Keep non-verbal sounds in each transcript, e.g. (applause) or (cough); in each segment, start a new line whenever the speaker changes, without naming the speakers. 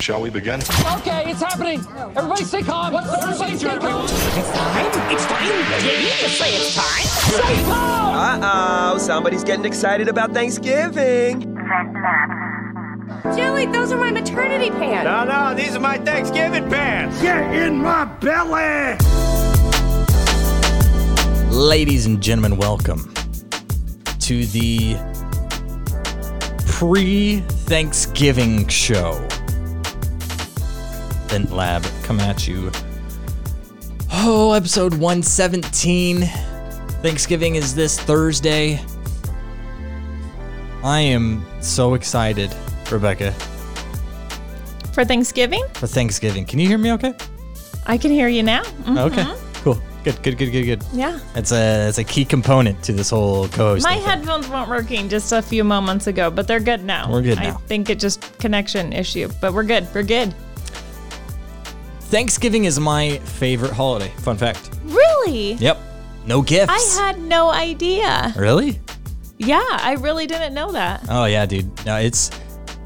Shall we begin?
Okay, it's happening. Everybody stay calm. What's the Everybody stay calm.
It's time. It's time. Did you just say it's time?
Stay calm.
Uh oh, somebody's getting excited about Thanksgiving.
Joey, those are my maternity pants.
No, no, these are my Thanksgiving pants.
Ladies and gentlemen, welcome to the pre Thanksgiving show. Vent Lab, come at you. Oh, episode 117. Thanksgiving is this Thursday. I am so excited, Rebecca,
for Thanksgiving.
for Thanksgiving. Can you hear me okay?
I can hear you now. Mm,
Okay. Cool. Good, good, good, good, good.
Yeah.
It's a it's a key component to this whole co-host.
My headphones weren't working just a few moments ago, but they're good now.
We're good
I
now.
think it just connection issue, but we're good. We're good.
Thanksgiving is my favorite holiday. Fun fact.
Really?
Yep. No gifts.
I had no idea.
Really?
Yeah, I really didn't know that.
Oh yeah, dude. No, it's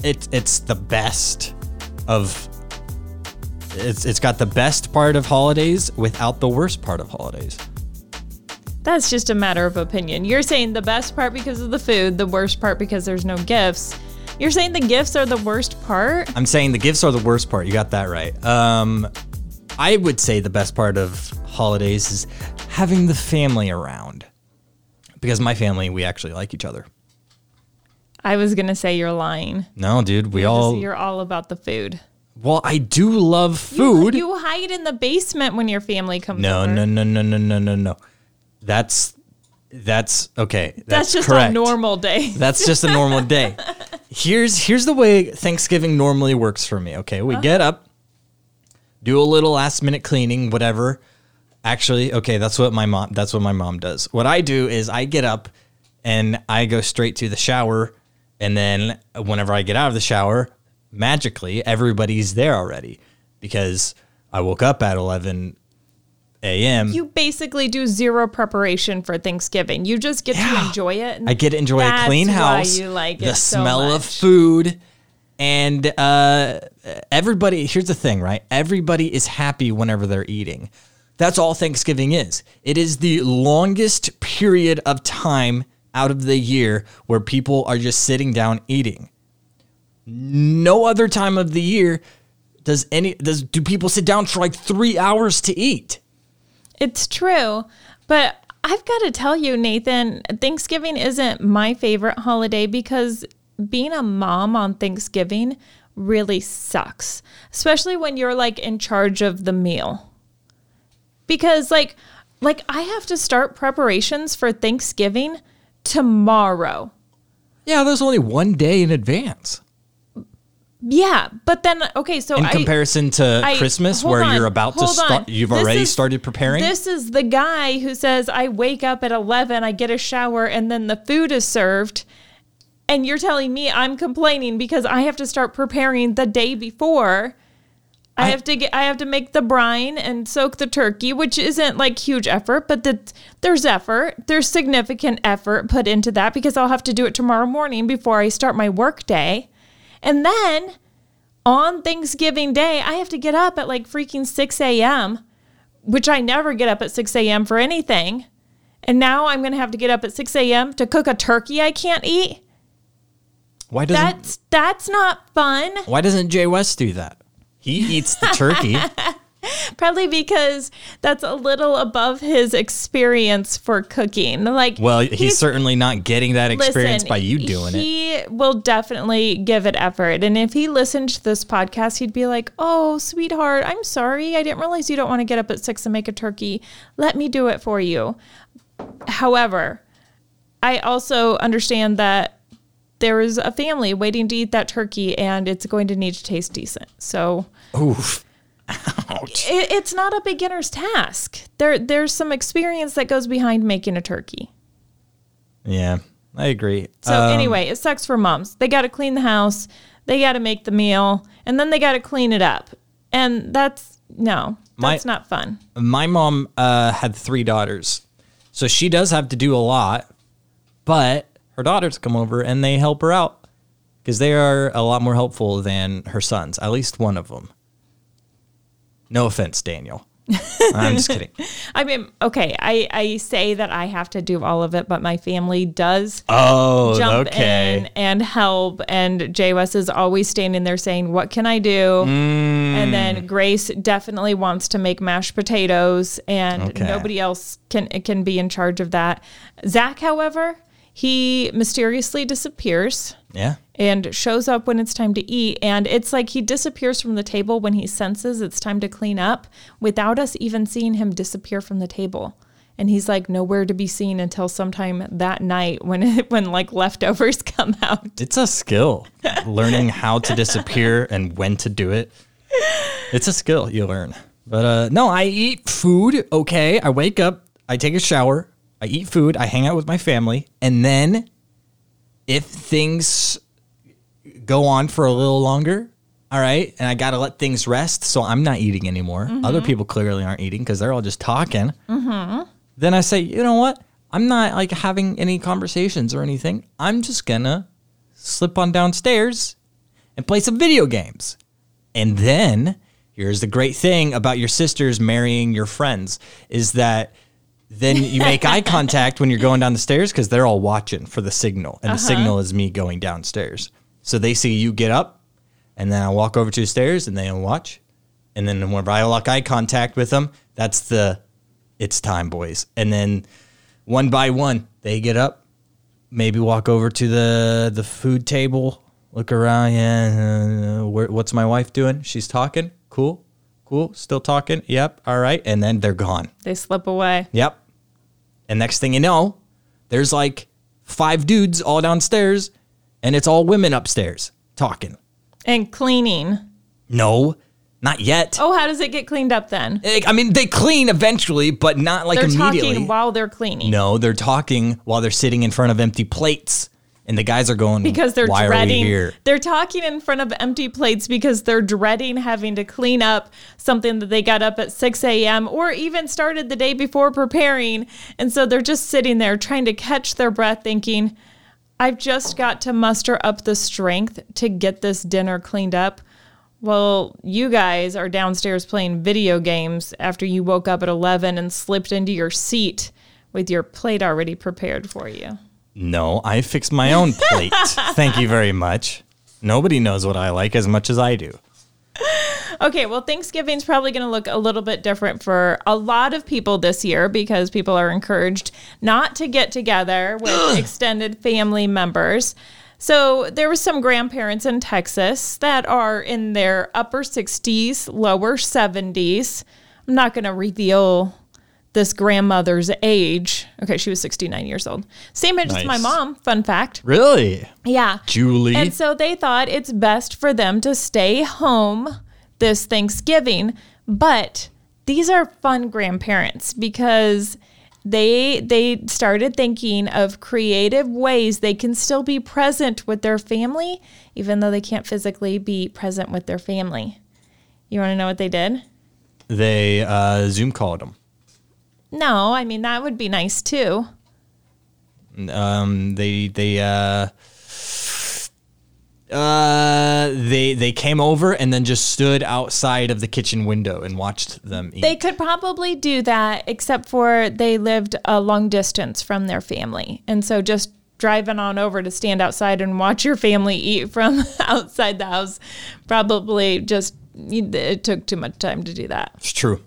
it it's the best of it's it's got the best part of holidays without the worst part of holidays.
That's just a matter of opinion. You're saying the best part because of the food, the worst part because there's no gifts. You're saying the gifts are the worst part?
I'm saying the gifts are the worst part. You got that right. Um I would say the best part of holidays is having the family around. Because my family, we actually like each other.
I was going to say you're lying.
No, dude, we
You're just-
all
you're all about the food.
Well, I do love food.
You, you hide in the basement when your family comes
no,
over.
no, no, no, no, no, no, no. That's that's okay. That's,
That's, just
correct.
a normal day.
(laughs) That's just a normal day. Here's here's the way Thanksgiving normally works for me. Okay, we get up, do a little last minute cleaning, whatever. Actually, okay, that's what my mom that's what my mom does. What I do is I get up and I go straight to the shower and then whenever I get out of the shower, magically everybody's there already because I woke up at 11
(laughs)
a.m.
you basically do zero preparation for Thanksgiving. You just get to enjoy it. and
I get to enjoy a
that's
clean
why
house,
you like
the
it so
smell of
much.
food, and uh, everybody. Here's the thing, right? Everybody is happy whenever they're eating. That's all Thanksgiving is. It is the longest period of time out of the year where people are just sitting down eating. No other time of the year does any does do people sit down for like three hours to eat.
It's true. But I've got to tell you, Nathan, Thanksgiving isn't my favorite holiday because being a mom on Thanksgiving really sucks, especially when you're like in charge of the meal. Because like like I have to start preparations for Thanksgiving tomorrow.
Yeah, there's only one day in advance.
Yeah, but then okay, so
in
I,
comparison to
I-
Christmas,
hold
where
on,
you're about to
hold on.
start, you've
This
already
is-
started preparing.
This is the guy who says, I wake up at 11, I get a shower, and then the food is served. And you're telling me I'm complaining because I have to start preparing the day before. I,
I-
have to get I have to make the brine and soak the turkey, which isn't like huge effort, but that there's effort. There's significant effort put into that because I'll have to do it tomorrow morning before I start my work day. And then on Thanksgiving Day, I have to get up at like freaking 6 a.m., which I never get up at 6 a.m. for anything. And now I'm going to have to get up at 6 a.m. to cook a turkey I can't eat.
why doesn't
That's that's not fun.
Why doesn't Jay West do that? He eats the
(laughs)
turkey.
Probably because that's a little above his experience for cooking. Like
well, he's, certainly not getting that experience
Listen,
by you doing it.
He will definitely give it effort. And if he listened to this podcast, he'd be like, Oh, sweetheart, I'm sorry. I didn't realize you don't want to get up at six and make a turkey. Let me do it for you. However, I also understand that there is a family waiting to eat that turkey and it's going to need to taste decent. So
Oof.
it, it's not a beginner's task. There, there's some experience that goes behind making a turkey.
Yeah, I agree.
So
Um,
anyway, it sucks for moms. They got to clean the house, they got to make the meal, and then they got to clean it up. And that's no,
My-
that's not fun.
my mom uh, had three daughters, so she does have to do a lot. But her daughters come over and they help her out because they are a lot more helpful than her sons, at least one of them. No offense, Daniel.
(laughs)
I'm just kidding.
I mean, okay, I, I say that I have to do all of it, but my family does
Oh,
jump
okay.
in and help. And Jay Wes is always standing there saying, What can I do?
Mm.
And then Grace definitely wants to make mashed potatoes, and
Okay.
nobody else can can be in charge of that. Zach, however, he mysteriously disappears
Yeah.
and shows up when it's time to eat. And it's like he disappears from the table when he senses it's time to clean up without us even seeing him disappear from the table. And he's like nowhere to be seen until sometime that night when (laughs) it, when like leftovers (laughs) come out.
It's a skill. Learning how to disappear and when to do it. It's a skill you learn. But uh, no, I eat food. Okay. I wake up, I take a shower, I eat food, I hang out with my family. And then if things go on for a little longer, all right, and I got to let things rest. So I'm not eating anymore. Other people clearly aren't eating because they're all just talking. Then I say, you know what? I'm not like having any conversations or anything. I'm just going to slip on downstairs and play some video games. And then here's the great thing about your sisters marrying your friends is that then you make eye contact when you're going down the stairs because they're all watching for the signal. And the signal is me going downstairs. So they see you get up and then I walk over to the stairs and they watch. And then whenever I lock eye contact with them, that's the it's time, boys. And then one by one, they get up, maybe walk over to the the food table, look around. Yeah, uh, where, what's my wife doing? She's talking. Cool, cool. Still talking. Yep. All right. And then they're gone.
They slip away.
Yep. And next thing you know, there's like five dudes all downstairs, and it's all women upstairs talking.
And cleaning.
No, not yet.
Oh, how does it get cleaned up then?
Like, I mean, they clean eventually, but not like
They're
immediately.
talking while they're cleaning.
No, they're talking while they're sitting in front of empty plates, and the guys are going
Because they're
Why Are
dreading
we here?
they're talking in front of empty plates because they're dreading having to clean up something that they got up at 6 a.m. or even started the day before preparing. And so they're just sitting there trying to catch their breath, thinking, I've just got to muster up the strength to get this dinner cleaned up. Well, you guys are downstairs playing video games after you woke up at 11 and slipped into your seat with your plate already prepared for you.
No, I fixed my own
(laughs)
plate. Thank you very much. Nobody knows what I like as much as I do.
Okay, well, Thanksgiving's probably going to look a little bit different for a lot of people this year because people are encouraged not to get together with extended family members. So there was some grandparents in Texas that are in their upper 60s, lower 70s. I'm not going to reveal this grandmother's age. Okay, she was 69 years old. Same age as my
Nice.
mom, fun fact.
Really,
Yeah.
Julie?
And so they thought it's best for them to stay home this Thanksgiving. But these are fun grandparents because they they started thinking of creative ways they can still be present with their family even though they can't physically be present with their family. You want to know what they did?
they uh, Zoom called them.
No, I mean that would be nice too.
Um, they they uh, uh, they they came over and then just stood outside of the kitchen window and watched them eat.
They could probably do that, except for they lived a long distance from their family. And so just driving on over to stand outside and watch your family eat from (laughs) outside the house probably just it took too much time to do that.
it's true.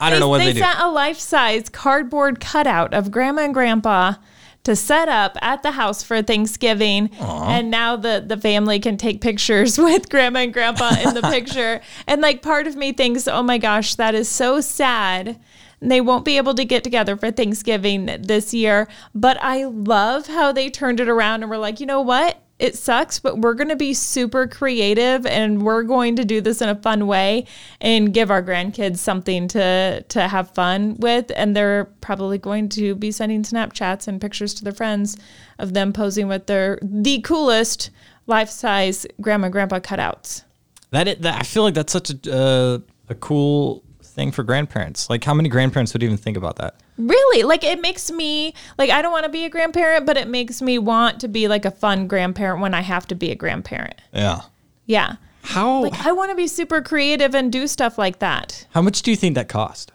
I don't know what they, do.
sent a life size cardboard cutout of grandma and grandpa to set up at the house for Thanksgiving. And now the, the family can take pictures (laughs) with grandma and grandpa in
(laughs)
the picture. And like part of me thinks, oh my gosh, that is so sad. They won't be able to get together for Thanksgiving this year. But I love how they turned it around and were like, you know what? It sucks, but we're going to be super creative and we're going to do this in a fun way and give our grandkids something to to have fun with and they're probably going to be sending snapchats and pictures to their friends of them posing with their the coolest life-size grandma and grandpa cutouts.
That, it, that I feel like that's such a uh, a cool thing for grandparents. Like, how many grandparents would even think about that?
Really? Like it makes me like I don't want to be a grandparent, but it makes me want to be like a fun grandparent when I have to be a grandparent.
Yeah.
Yeah.
How
Like I want to be super creative and do stuff like that. (gasps)
how much do you think that cost?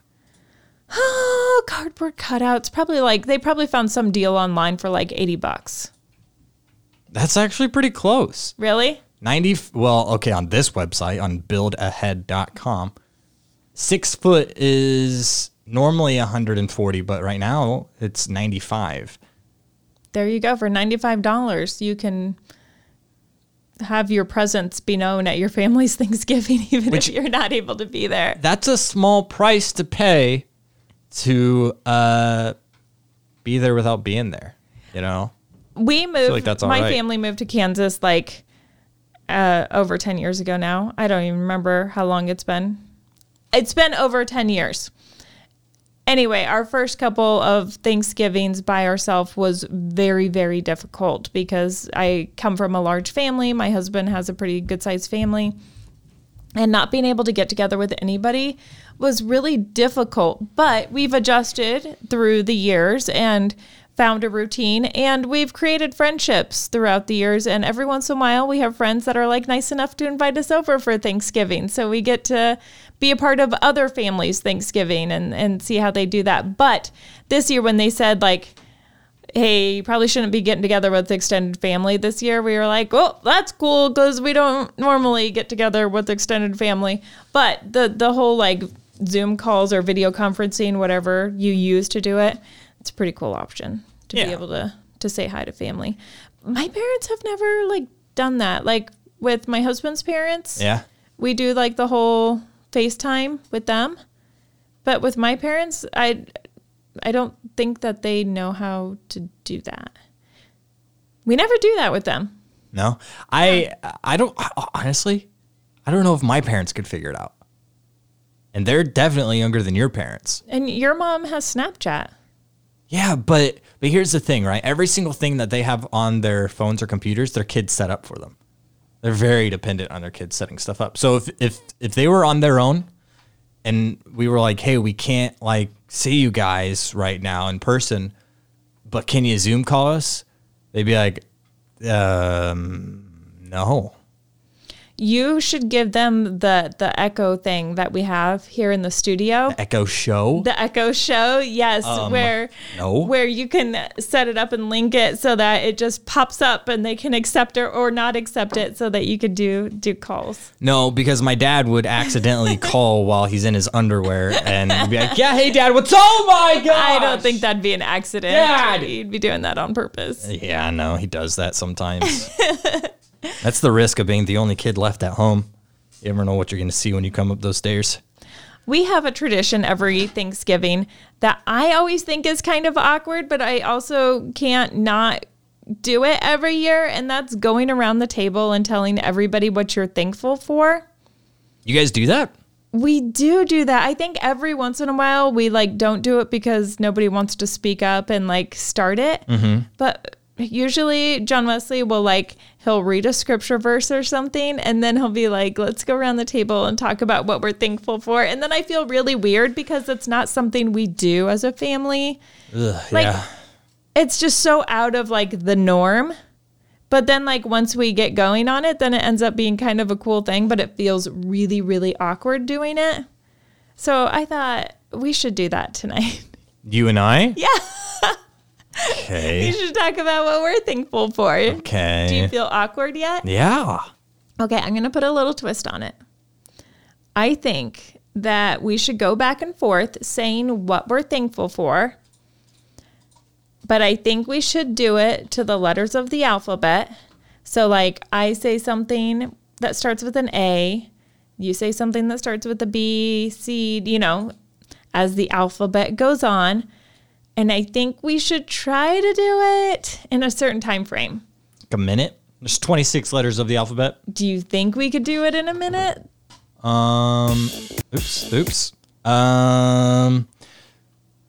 Oh, cardboard cutouts. Probably like they probably found some deal online for like 80 bucks.
That's actually pretty close.
Really?
90 well, okay, on this website on buildahead.com, 6 foot is normally 140, but right now it's 95.
There you go for $95 you can have your presence be known at your family's (laughs) Thanksgiving even
Which-
if you're not able to be there.
That's a small price to pay to uh be there without being there, you know?
we moved
like that's all
my
right.
family moved to kansas like uh, over 10 years ago now i don't even remember how long it's been it's been over 10 years anyway our first couple of thanksgivings by ourselves was very very difficult because i come from a large family my husband has a pretty good sized family and not being able to get together with anybody was really difficult. But we've adjusted through the years and found a routine and we've created friendships throughout the years and every once in a while we have friends that are like nice enough to invite us over for Thanksgiving. So we get to be a part of other families Thanksgiving and and see how they do that. But this year when they said like hey, you probably shouldn't be getting together with extended family this year. We were like, oh, that's cool because we don't normally get together with extended family. But the the whole like Zoom calls or video conferencing, whatever you use to do it, it's a pretty cool option to
Yeah.
be able to to say hi to family. My parents have never like done that. Like with my husband's parents,
Yeah.
we do like the whole FaceTime with them. But with my parents, I I don't think that they know how to do that. We never do that with them.
No, I I don't honestly. I don't know if my parents could figure it out, and they're definitely younger than your parents.
And your mom has Snapchat.
Yeah, but but here's the thing, right? Every single thing that they have on their phones or computers, their kids set up for them. They're very dependent on their kids setting stuff up. So if if if they were on their own and we were like, "Hey, we can't like see you guys right now in person, but can you Zoom call us?" They'd be like, "Um, no."
You should give them the the Echo thing that we have here in the studio.
Echo show.
The Echo show, yes, where
no.
where you can set it up and link it so that it just pops up and they can accept it or not accept it so that you could do do calls.
No, because my dad would accidentally call while he's in his underwear and be like, "Yeah, hey, dad, what's oh my god!"
I don't think that'd be an accident.
Dad!
You'd be doing that on purpose.
Yeah, no, he does that sometimes. (laughs) That's the risk of being the only kid left at home. You never know what you're going to see when you come up those stairs.
We have a tradition every Thanksgiving that I always think is kind of awkward, but I also can't not do it every year. And that's going around the table and telling everybody what you're thankful for.
You guys do that?
We do do that. I think every once in a while we like don't do it because nobody wants to speak up and like start it. But usually John Wesley will like he'll read a scripture verse or something and then he'll be like, "Let's go around the table and talk about what we're thankful for." And then I feel really weird because it's not something we do as a family.
Ugh,
Like-
yeah.
It's just so out of like the norm. But then like once we get going on it, then it ends up being kind of a cool thing, but it feels really really awkward doing it. So I thought we should do that tonight. (laughs)
You and I?
yeah. We
Okay.
should talk about what we're thankful for.
Okay.
Do you feel awkward yet?
yeah.
Okay, I'm going to put a little twist on it. I think that we should go back and forth saying what we're thankful for, but I think we should do it to the letters of the alphabet. So, like, I say something that starts with an A, you say something that starts with a B, C, you know, as the alphabet goes on. And I think we should try to do it in a certain time frame.
Like a minute? There's 26 letters of the alphabet.
Do you think we could do it in a minute?
Um, oops, oops. Um,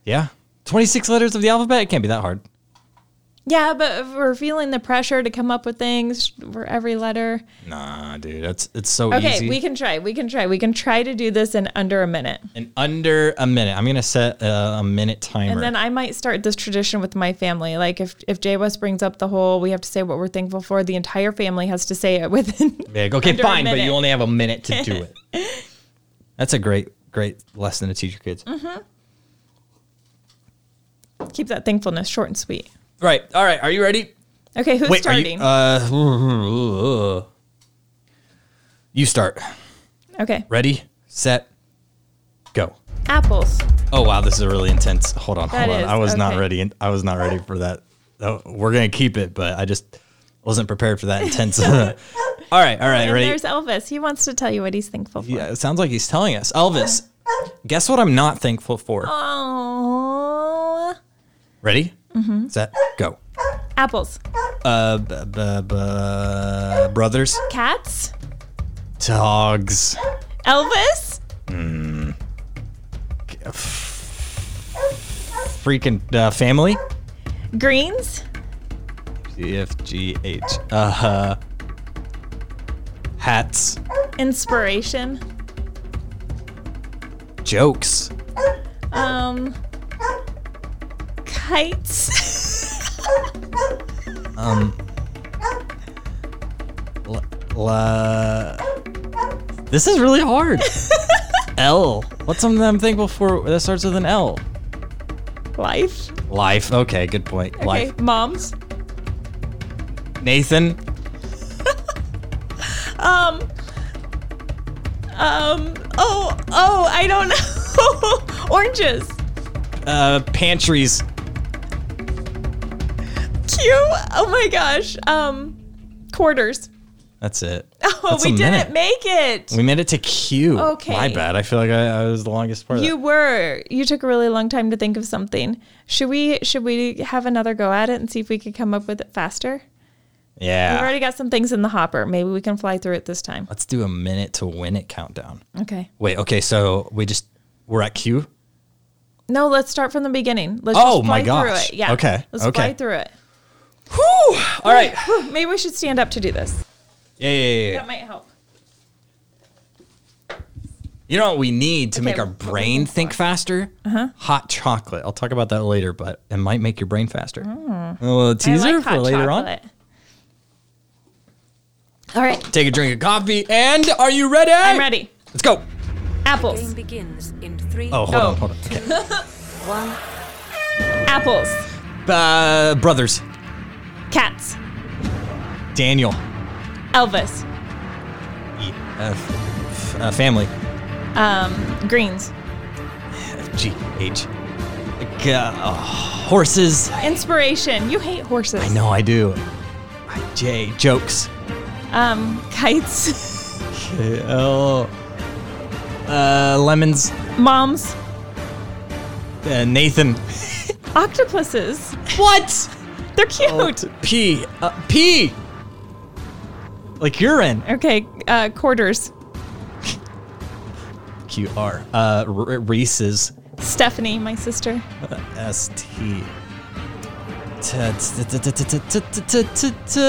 yeah. 26 letters of the alphabet? It can't be that hard.
Yeah, but if we're feeling the pressure to come up with things for every letter.
Nah, dude, that's it's so
Okay,
easy.
we can try. We can try. We can try to do this in under a minute.
In under a minute, I'm gonna set a, a minute timer.
And then I might start this tradition with my family. Like if if Jay West brings up the whole we have to say what we're thankful for, the entire family has to say it within
Big. Okay,
under a
fine, but you
minute.
only have a minute to do it.
(laughs)
That's a great, great lesson to teach your kids.
(laughs) Mm-hmm. keep that thankfulness short and sweet.
Right. All right. Are you ready?
Okay, who's
Wait. Are you?
starting?
Uh, you start.
okay.
Ready, set, go.
Apples.
Oh wow, this is really intense. Hold on,
That
hold on.
is,
I was not
okay.
ready. I was not ready for that. Oh, we're gonna keep it, but I just wasn't prepared for that
(laughs)
intense. (laughs) all right, all right,
And
ready.
there's Elvis. He wants to tell you what he's thankful for.
Yeah, it sounds like he's telling us, Elvis. Guess what I'm not thankful for.
Oh.
Ready, set, go.
Apples.
Uh, b- b- b- brothers,
Cats.
dogs,
Elvis.
freaking uh, family.
Greens.
G F G H. Uh huh. Hats,
Inspiration.
jokes.
Um. Kites. (laughs)
um, L- la- this is really hard. L. What's something that I'm thankful for that starts with an L?
Life.
Life. Okay, good point. Life.
Okay. Moms.
Nathan.
Um. Um. Oh. Oh. I don't know. (laughs) Oranges.
Uh, pantries.
Q. Oh my gosh. Um. Quarters. (laughs)
That's it.
Oh,
That's
we
a
didn't
minute.
make it.
We made it to Q.
Okay.
My bad. I feel like I, I was the longest part. of
you
that.
were. You took a really long time to think of something. Should we? Should we have another go at it and see if we could come up with it faster? We've
Yeah.
already got some things in the hopper. Maybe we can fly through it this time.
Let's do a minute to win it countdown.
Okay.
Wait. Okay. So we just we're at Q.
No, let's start from the beginning. Let's
Oh,
just fly
my gosh.
through it. Yeah.
Okay,
Let's
okay.
fly through it.
All right.
Whew, Maybe we should stand up to do this.
Yeah, yeah, yeah, yeah.
That might help.
You know what we need to make
Okay,
our
what we
brain think faster? Uh-huh. Hot chocolate. I'll talk about that later, but it might make your brain faster. A
Mm.
little
I
teaser
like
for
hot
later on.
chocolate. All right.
Take a drink of coffee, and are you ready?
I'm ready.
Let's go.
Game
Apples.
begins in three.
Oh, hold
Oh.
on, hold on. Okay.
One.
Apples.
Uh, brothers,
Cats.
Daniel,
Elvis.
E- uh, f- f- uh, family,
Um, greens.
G H, G- uh, horses.
Inspiration. You hate horses.
I know I do. I- J jokes.
Um, kites. (laughs)
K L. Uh, lemons.
Moms.
Uh, Nathan.
Octopuses.
What?
They're cute.
P. Uh, P. Like urine.
Okay. Uh, quarters.
Q R. Uh, R- Reese's.
Stephanie, my sister.
S T. T- t- t- t- t- t- t- t- t- t-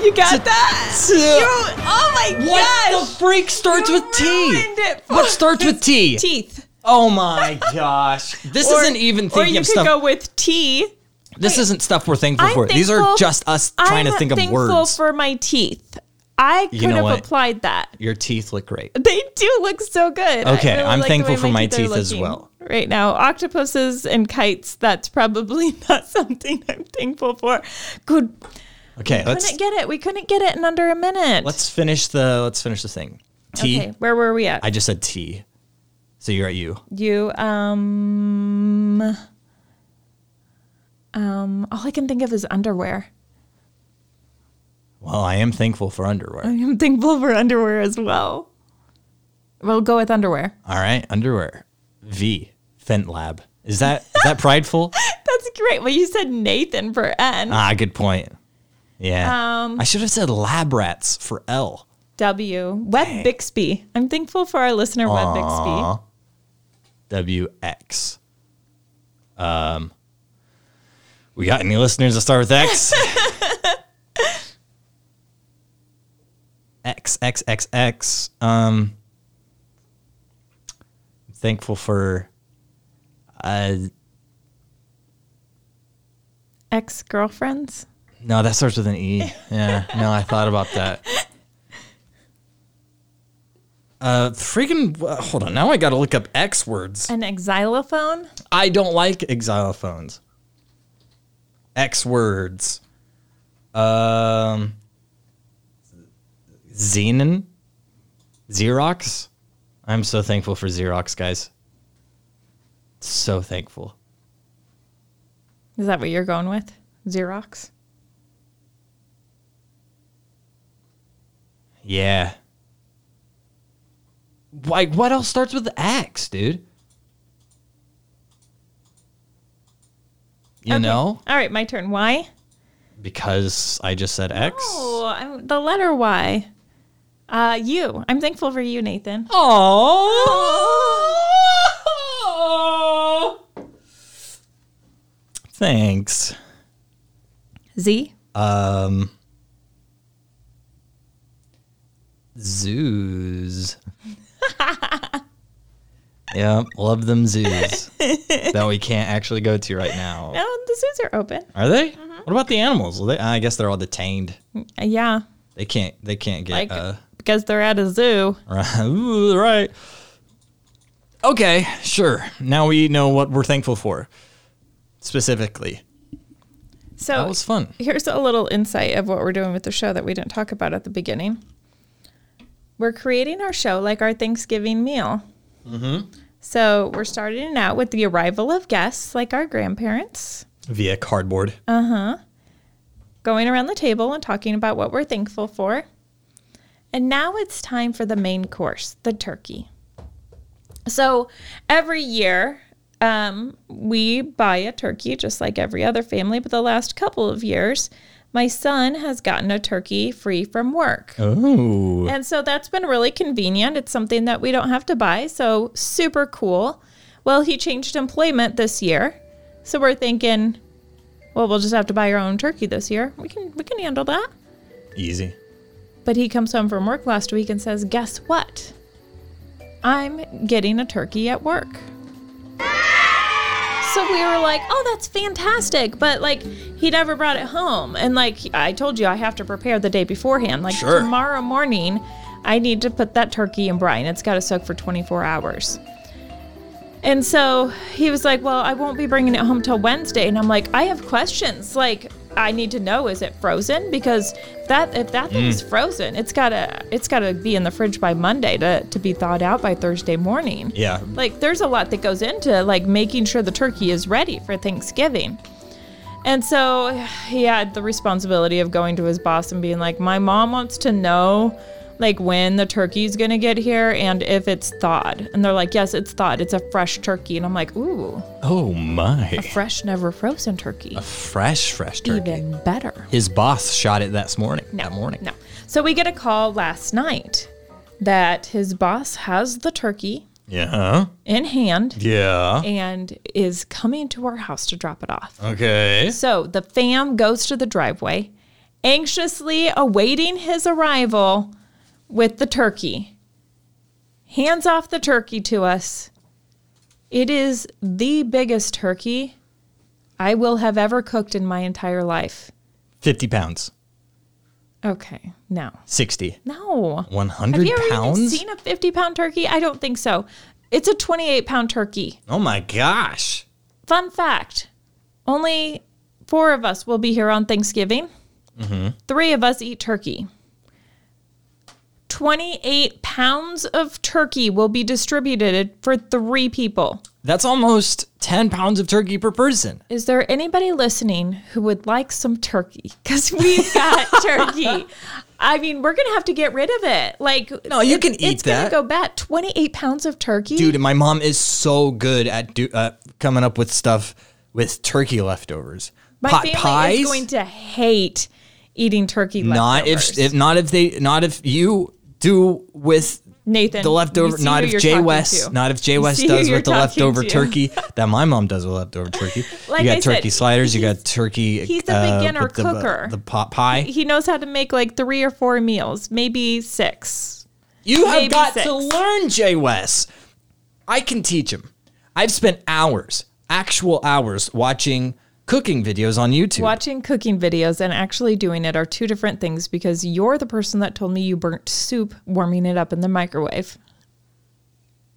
You got that?
T-
You, oh my
What the
gosh.
freak starts
You
with T?
ruined it for-
What starts with T?
Teeth.
Oh my gosh. This
Or-
isn't even
or
thinking
you
of
could
stuff.
go with T.
this isn't stuff we're thankful
I'm
for. These are
thankful-
just us trying
I'm
to think of
thankful
words.
for my teeth. I could
know
have
what?
applied that.
Your teeth look great.
They do look so good. I
Okay,
really
I'm
like the
thankful
way
for my
are
teeth as
looking
well.
Right now, octopuses and kites, that's probably (laughs) not something I'm thankful for. Good.
Okay, let's
Couldn't get it. We couldn't get it in under a minute.
let's finish the let's finish the thing. T. I
Okay, where were we at?
just said T. So you're at you.
you, um, um, all I can think of is underwear. (laughs)
Well, I am thankful for underwear.
I'm thankful for underwear as well. We'll go with underwear.
All right, underwear. V. Fent Lab. Is that is that
(laughs)
prideful?
That's great. Well, you said Nathan for N.
ah, good point. Yeah. Um, I should have said lab rats for L.
W. Web Bixby. I'm thankful for our listener, Web Bixby.
WX. Um, we got any listeners that start with X? (laughs) X X X X. Um, thankful for uh,
Ex girlfriends.
no, that starts with an E. Yeah, no, I thought about that. Uh, freaking uh, hold on. Now I got to look up X words.
An xylophone.
I don't like xylophones. X words. Um, Xenon? Xerox? I'm so thankful for Xerox, guys. So thankful.
Is that what you're going with? Xerox?
Yeah. Like, what else starts with X, dude? You
Okay.
know?
All right, my turn. Why?
Because I just said X.
Oh, I'm, the letter Y. Uh, you. I'm thankful for you, Nathan.
Oh. Thanks.
Z.
Um. Zoos. yeah, love
(laughs)
them zoos that we can't actually go to right now.
Oh, the zoos are open.
Are they?
Mm-hmm.
What about the animals? Are they, I guess they're all detained.
Uh, yeah,
They can't. They can't get.
like
uh, (laughs)
because they're at a zoo.
Right. Ooh, right. Okay, sure. Now we know what we're thankful for specifically.
So
That was fun.
here's a little insight of what we're doing with the show that we didn't talk about at the beginning. We're creating our show like our Thanksgiving meal.
Mm-hmm.
So we're starting out with the arrival of guests, like our grandparents,
Via cardboard.
Oh. going around the table and talking about what we're thankful for. And now it's time for the main course, the turkey. So every year, um, we buy a turkey just like every other family, but the last couple of years, my son has gotten a turkey free from work.
Ooh.
And so that's been really convenient. It's something that we don't have to buy. So super cool. Well, he changed employment this year. So we're thinking, well, we'll just have to buy our own turkey this year. We can we can handle that.
Easy.
But he comes home from work last week and says, "Guess what? I'm getting a turkey at work." So we were like, "Oh, that's fantastic." But like he never brought it home. And like I told you I have to prepare the day beforehand. Like
Sure.
tomorrow morning, I need to put that turkey in brine. It's got to soak for 24 hours. And so he was like, Well, I won't be bringing it home till Wednesday. And I'm like, I have questions. Like, I need to know is it frozen? Because that if that thing is frozen, it's gotta it's gotta be in the fridge by Monday to, to be thawed out by Thursday morning.
Yeah.
Like there's a lot that goes into like making sure the turkey is ready for Thanksgiving. And so (sighs) he had the responsibility of going to his boss and being like, "My mom wants to know like when the turkey's going to get here and if it's thawed." And they're like, "Yes, it's thawed. It's a fresh turkey." And I'm like, "Ooh,
Oh my.
fresh never frozen turkey."
Fresh, fresh turkey.
Even better.
His boss shot it this morning. that morning.
No. So we get a call last night that his boss has the turkey
Yeah.
in hand
Yeah.
and is coming to our house to drop it off.
Okay.
So the fam goes to the driveway, anxiously awaiting his arrival with the turkey. Hands off the turkey to us. It is the biggest turkey I will have ever cooked in my entire life.
50 pounds.
Okay, no.
60.
No.
100
Have you ever even
pounds?
seen a 50 pound turkey? I don't think so. It's a 28 pound turkey.
oh my gosh.
Fun fact only four of us will be here on Thanksgiving.
Mm-hmm.
Three of us eat turkey. 28 pounds of turkey will be distributed for three people.
That's almost 10 pounds of turkey per person.
Is there anybody listening who would like some turkey? (laughs) Because we
(laughs)
got turkey. I mean, we're gonna have to get rid of it. Like, no,
you can eat
It's
that.
gonna go bad. Twenty-eight pounds of turkey,
dude and my mom is so good at do, uh, coming up with stuff with turkey leftovers
My
pot
family
pies
is going to hate eating turkey.
not
leftovers.
if, if not if they not if you do with
Nathan,
the
you
leftover,
see
not
who
if
you're
Jay
talking
West,
to.
not if Jay
You
West
see who
does
you're
with the
talking
leftover
to. (laughs)
turkey (laughs) that my mom does with leftover turkey.
Like
you got
I said,
turkey sliders, you got turkey.
he's a beginner
with the, uh,
cooker.
The pot pie.
He knows how to make like three or four meals, maybe six.
You have
Maybe
got
six.
to learn, Jay West. I can teach him. I've spent hours, actual hours, watching cooking videos on YouTube.
Watching cooking videos and actually doing it are two different things because you're the person that told me you burnt soup warming it up in the microwave.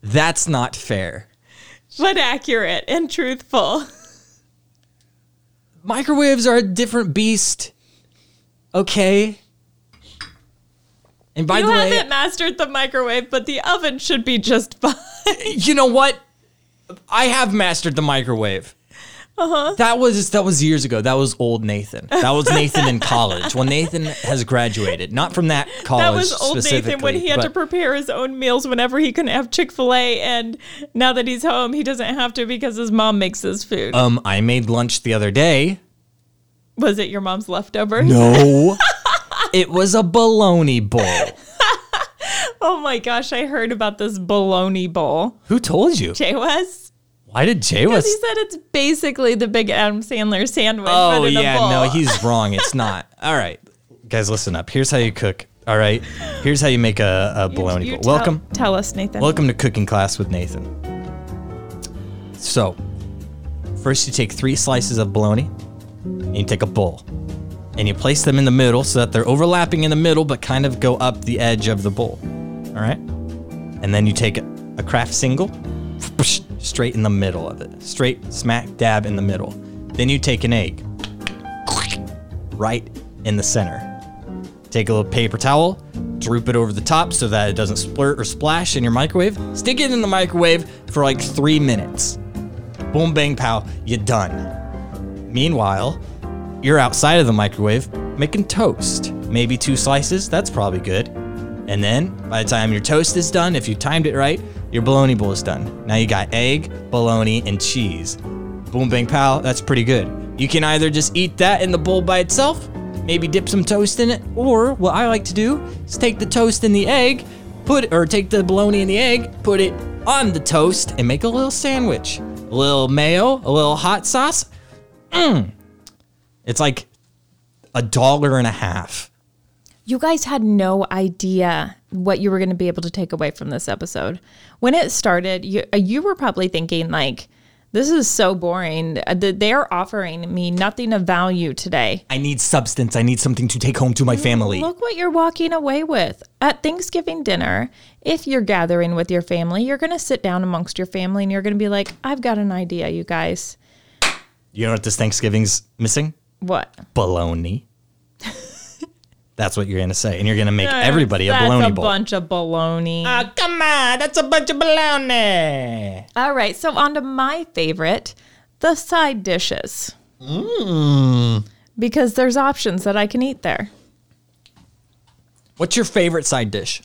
That's not fair.
But accurate and truthful.
Microwaves are a different beast. Okay. And by
you
the way,
haven't mastered the microwave, but the oven should be just (laughs) fine.
you know what? I have mastered the microwave. Uh-huh. That was that was years ago. That was old Nathan. That was Nathan in college when Nathan has graduated. Not from that college.
That was old Nathan when
Oh, specifically,
he had to
but-
prepare his own meals whenever he couldn't have Chick fil A. And now that he's home, he doesn't have to because his mom makes his food.
Um, I made lunch the other day.
Was it your mom's leftovers?
No. (laughs) it was a bologna bowl.
Oh my gosh, I heard about this bologna bowl.
Who told you?
Jay West?
Why did Jay was?
He said it's basically the big Adam Sandler sandwich.
Oh
but in
yeah,
a bowl.
no, he's wrong. It's not. All right, guys, listen up. Here's how you cook. All right, here's how you make a, a bologna
You
bowl.
tell-
Welcome.
Tell us, Nathan.
Welcome to cooking class with Nathan. So, first you take three slices of bologna and you take a bowl and you place them in the middle so that they're overlapping in the middle but kind of go up the edge of the bowl. All right? And then you take a, a craft single straight in the middle of it, straight smack dab in the middle. Then you take an egg right in the center. Take a little paper towel, droop it over the top so that it doesn't splurt or splash in your microwave. Stick it in the microwave for like three minutes. Boom, bang, pow, you're done. Meanwhile, you're outside of the microwave making toast. Maybe two slices, that's probably good. And then by the time your toast is done, if you timed it right, your bologna bowl is done. Now you got egg, bologna, and cheese. Boom, bang, pow, that's pretty good. You can either just eat that in the bowl by itself, maybe dip some toast in it, or what I like to do is take the toast and the egg, put or take the bologna and the egg, put it on the toast, and make a little sandwich. A little mayo, a little hot sauce. Mmm. It's like a dollar and a half.
You guys had no idea what you were going to be able to take away from this episode. When it started, you, uh, you were probably thinking, like, this is so boring. Uh, th- They are offering me nothing of value today.
I need substance. I need something to take home to my family.
Look what you're walking away with. At Thanksgiving dinner, if you're gathering with your family, you're going to sit down amongst your family and you're going to be like, I've got an idea, you guys.
You know what this Thanksgiving's missing?
What?
(laughs) Bologna. That's what you're gonna say, and you're gonna make everybody a bologna
That's a
bowl.
bunch of bologna.
come on, that's a bunch of bologna.
All right, so on to my favorite, the side dishes. Because there's options that I can eat there.
What's your favorite side dish?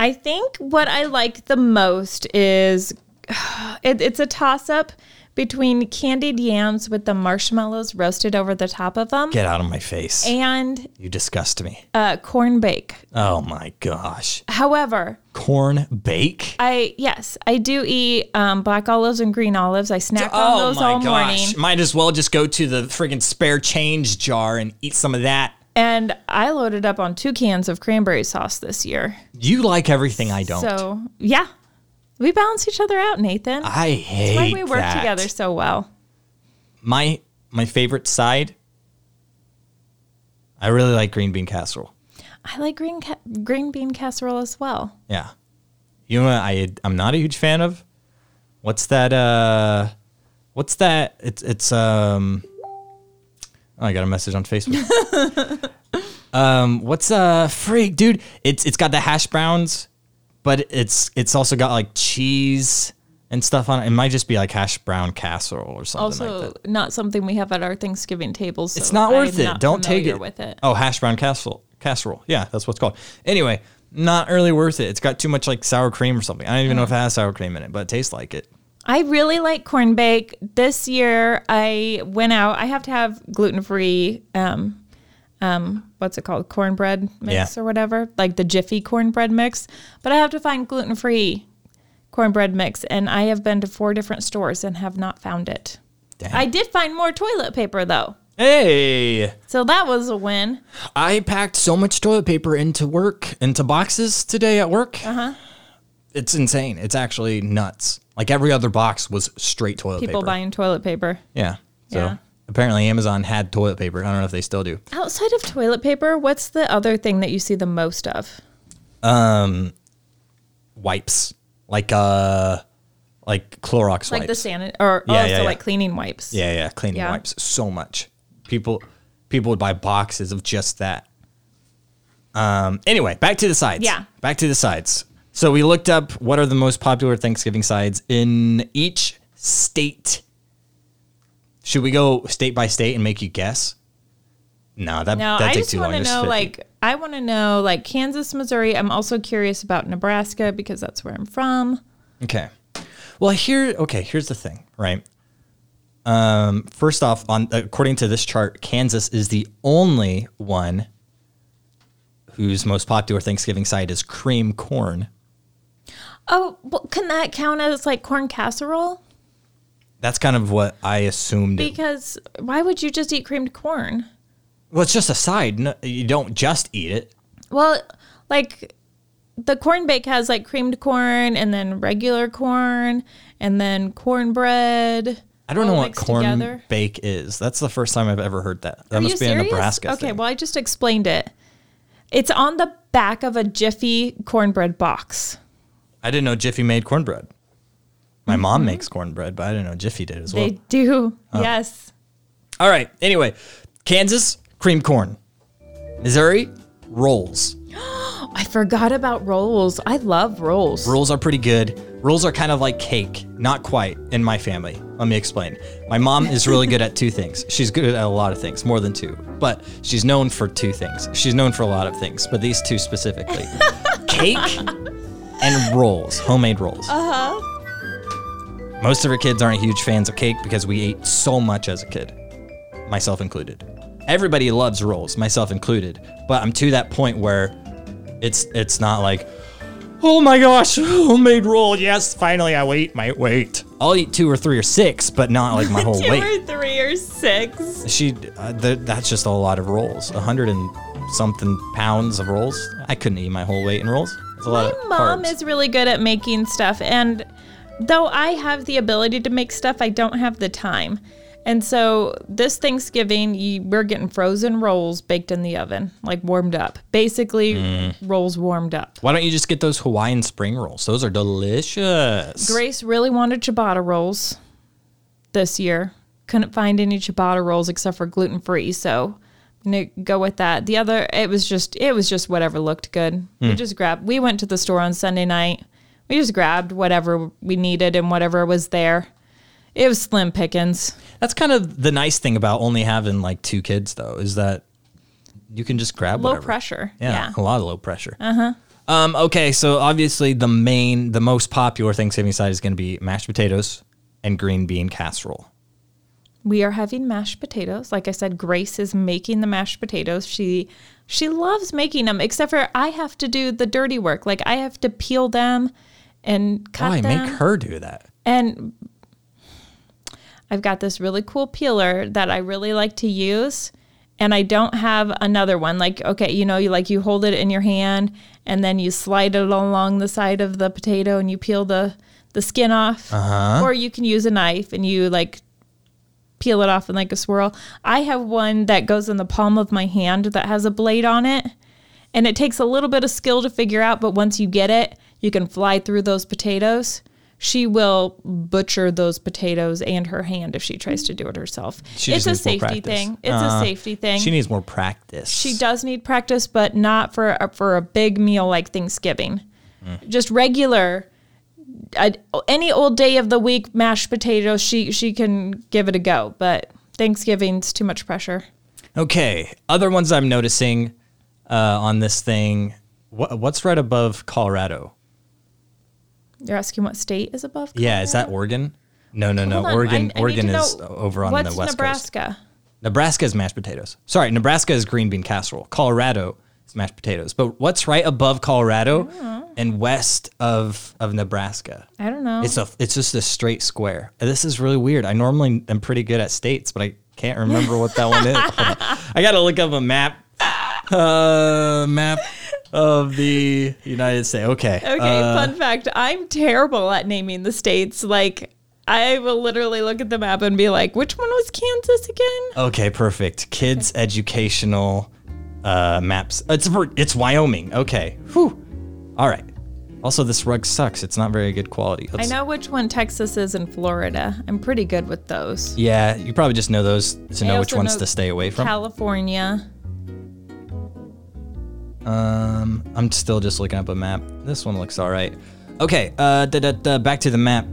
I think what I like the most is (sighs) it, it's a toss up between candied yams with the marshmallows roasted over the top of them
Get out of my face.
and
you disgust me.
uh, corn bake.
oh my gosh.
However,
Corn bake?
I yes, I do eat um, black olives and green olives. I snack on
oh
those
my
all
gosh.
morning.
Might as well just go to the friggin' spare change jar and eat some of that.
And I loaded up on two cans of cranberry sauce this year.
You like everything I don't.
So yeah, we balance each other out, Nathan.
I hate
Why we work
that.
together so well.
My my favorite side. I really like green bean casserole.
I like green ca- green bean casserole as well.
Yeah. You know what I I'm not a huge fan of? What's that uh what's that it's it's um oh, I got a message on Facebook. um what's uh freak dude? It's it's got the hash browns, but it's it's also got like cheese and stuff on it. It might just be like hash brown casserole or something
Also,
like that.
not something we have at our Thanksgiving tables.
It's not worth it. Don't take it.
with it.
Oh, hash brown casserole. Casserole. Yeah, that's what's called. Anyway, not really worth it. It's got too much like sour cream or something. I don't even know if it has sour cream in it, but it tastes like it.
I really like corn bake. This year, I went out. I have to have gluten free um, um, what's it called? Cornbread mix
Yeah.
or whatever, like the Jiffy cornbread mix. But I have to find gluten free cornbread mix. And I have been to four different stores and have not found it.
Damn.
I did find more toilet paper though.
Hey,
So that was a win.
I packed so much toilet paper into work, into boxes today at work.
Uh-huh.
It's insane. It's actually nuts. Like every other box was straight toilet
People
paper.
buying toilet paper.
Yeah. So
Yeah.
apparently Amazon had toilet paper. I don't know if they still do.
Outside of toilet paper, what's the other thing that you see the most of?
Wipes. Like uh like Clorox
Like
wipes.
the sanit or
Yeah,
oh,
yeah,
so
yeah.
like cleaning wipes.
Yeah, yeah, cleaning
Yeah.
wipes. So much. People people would buy boxes of just that. Um anyway, back to the sides.
Yeah.
Back to the sides. So we looked up what are the most popular Thanksgiving sides in each state. Should we go state by state and make you guess? No, that
No,
that
I
takes
just
too long.
want to
There's
know
50.
like I want to know like Kansas, Missouri. I'm also curious about Nebraska because that's where I'm from.
Okay. Well, here, okay, here's the thing, right? Um, first off, on according to this chart, Kansas is the only one whose most popular Thanksgiving side is cream corn.
Oh, well, can that count as like corn casserole?
That's kind of what I assumed. It,
Because why would you just eat creamed corn?
well, it's just a side. No, you don't just eat it.
Well, like the corn bake has like creamed corn and then regular corn and then cornbread.
I don't
all
know what
mixed
corn
together.
bake is. That's the first time I've ever heard that. That
Are
must
you
be
serious?
a Nebraska.
Okay,
thing.
well, I just explained it. It's on the back of a Jiffy cornbread box.
I didn't know Jiffy made cornbread. My mom makes cornbread, but I didn't know Jiffy did as well.
Mm-hmm. They do.
Oh.
Yes.
All right. Anyway, Kansas cream corn, Missouri rolls.
I forgot about rolls. I love rolls.
Rolls are pretty good. Rolls are kind of like cake, not quite in my family. Let me explain. My mom is really good at two things. She's good at a lot of things, more than two, but she's known for two things. She's known for a lot of things, but these two specifically cake and rolls, homemade rolls. Uh
Uh-huh.
huh. Most of her kids aren't huge fans of cake because we ate so much as a kid, myself included. Everybody loves rolls, myself included, but I'm to that point where it's it's not like Oh my gosh, (laughs) homemade roll. Yes, finally I will eat my weight. I'll eat two or three or six, but
(laughs)
not like my whole
Two
weight.
or three or six.
She, uh, th- that's just a lot of rolls. A hundred and something pounds of rolls. I couldn't eat my whole weight in rolls. It's a lot
My
of
mom
carbs.
is really good at making stuff and though I have the ability to make stuff, I don't have the time. And so this Thanksgiving, you, we're getting frozen rolls baked in the oven, like warmed up. Basically,
Mm.
rolls warmed up.
Why don't you just get those Hawaiian spring rolls? Those are delicious.
Grace really wanted ciabatta rolls this year. Couldn't find any ciabatta rolls except for gluten free, so I'm gonna go with that. The other, it was just it was just whatever looked good.
Hmm.
We just grabbed. We went to the store on Sunday night. We just grabbed whatever we needed and whatever was there. It was slim pickings.
That's kind of the nice thing about only having like two kids, though, is that you can just grab
Low
whatever.
pressure. Uh-huh.
Yeah, a lot of low pressure. Uh huh. Um, okay, so obviously the main, the most popular Thanksgiving side is going to be mashed potatoes and green bean casserole.
we are having mashed potatoes. Like I said, Grace is making the mashed potatoes. She she loves making them, except for I have to do the dirty work. Like I have to peel them and cut
Why
them.
make her do that?
And I've got this really cool peeler that I really like to use, and I don't have another one. Like, okay, you know, you like you hold it in your hand, and then you slide it along the side of the potato, and you peel the the skin off.
Uh-huh.
Or you can use a knife and you like peel it off in like a swirl. I have one that goes in the palm of my hand that has a blade on it. And it takes a little bit of skill to figure out, but once you get it, you can fly through those potatoes. She will butcher those potatoes and her hand if she tries to do it herself.
She
it's
just
a
needs more
safety
practice. Uh-huh.
thing. It's a safety thing.
She needs more practice.
she does need practice, but not for a, for a big meal like Thanksgiving.
Mm.
Just regular, uh, any old day of the week, mashed potatoes. She she can give it a go, but Thanksgiving's too much pressure.
Okay, other ones I'm noticing uh, on this thing. What, what's right above Colorado?
You're asking what state is above?
Yeah, is that Oregon? No, no, no.
Hold on,
Oregon,
I- I need
Oregon
to
is
know
over on
what's
the west coast.
Nebraska?
Nebraska is mashed potatoes. Sorry, Nebraska is green bean casserole. Colorado is mashed potatoes. But what's right above Colorado and west of of Nebraska?
Oh. I don't know.
It's a it's just a straight square. And This is really weird. I normally am pretty good at states, but I can't remember what that one is. Hold on. I gotta look up a map. Uh, map of the United States. Okay.
Okay,
uh,
fun fact. I'm terrible at naming the states. Like, I will literally look at the map and be like, which one was Kansas again?
Okay, perfect. Kids educational uh, maps. It's Ver- it's Wyoming. Okay. Whew. All right. Also, this rug sucks. It's not very good quality.
I
Let's-
know which one Texas is and Florida. I'm pretty good with those.
Yeah, you probably just know those to know which
also
ones
know
to stay away from.
California.
um, I'm still just looking up a map. This one looks all right. Okay. Uh, da, da, da, back to the map.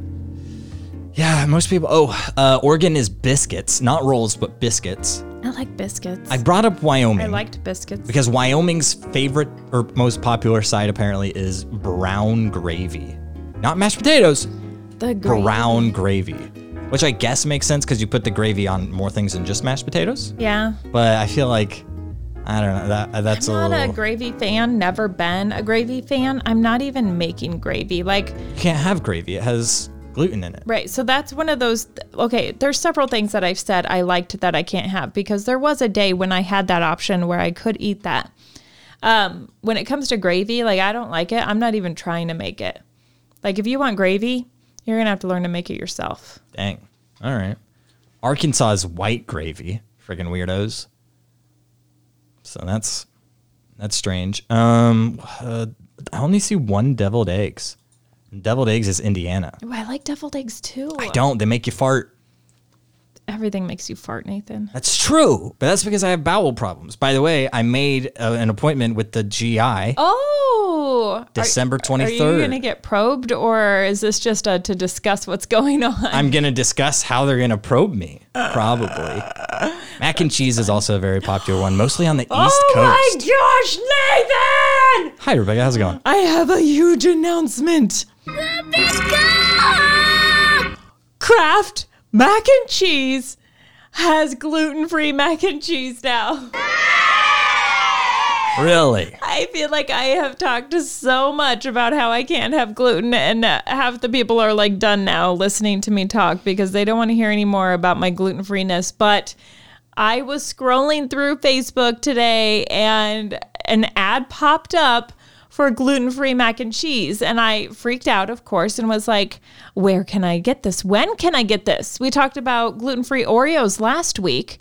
Yeah, most people. Oh, uh, Oregon is biscuits, not rolls, but biscuits.
I like biscuits.
I brought up Wyoming.
I liked biscuits.
Because Wyoming's favorite or most popular side apparently is brown gravy. Not mashed potatoes,
the gravy.
brown gravy. Which I guess makes sense because you put the gravy on more things than just mashed potatoes.
Yeah.
But I feel like, I don't know, that uh, that's a
Not a
little.
gravy fan. Never been a gravy fan. I'm not even making gravy. Like,
you can't have gravy, it has gluten in it.
Right. So that's one of those. Okay. There's several things that I've said I liked that I can't have because there was a day when I had that option where I could eat that. Um, when it comes to gravy, like I don't like it. I'm not even trying to make it. Like if you want gravy, you're going to have to learn to make it yourself.
Dang. All right. Arkansas is white gravy. Friggin' weirdos. So that's that's strange. Um, uh, I only see one deviled eggs. Deviled eggs is Indiana.
Ooh, I like deviled eggs too.
I don't. They make you fart.
Everything makes you fart, Nathan.
That's true, but that's because I have bowel problems. By the way, I made uh, an appointment with the GI.
Oh.
December
Are you going to
23rd.
get probed or is this just uh to discuss what's going on?
I'm going to discuss how they're going to probe me,
(laughs)
probably. Mac and cheese is also a very popular one, mostly on the East Coast.
oh my gosh, Nathan!
Hi, Rebecca. How's it going?
I have a huge announcement. Kraft mac and cheese has gluten-free mac and cheese now.
Really?
I feel like I have talked so much about how I can't have gluten and uh, half the people are like done now listening to me talk because they don't want to hear any more about my gluten-freeness, but I was scrolling through Facebook today and an ad popped up for gluten free mac and cheese. And I freaked out, of course, and was like, where can I get this? When can I get this? We talked about gluten free Oreos last week,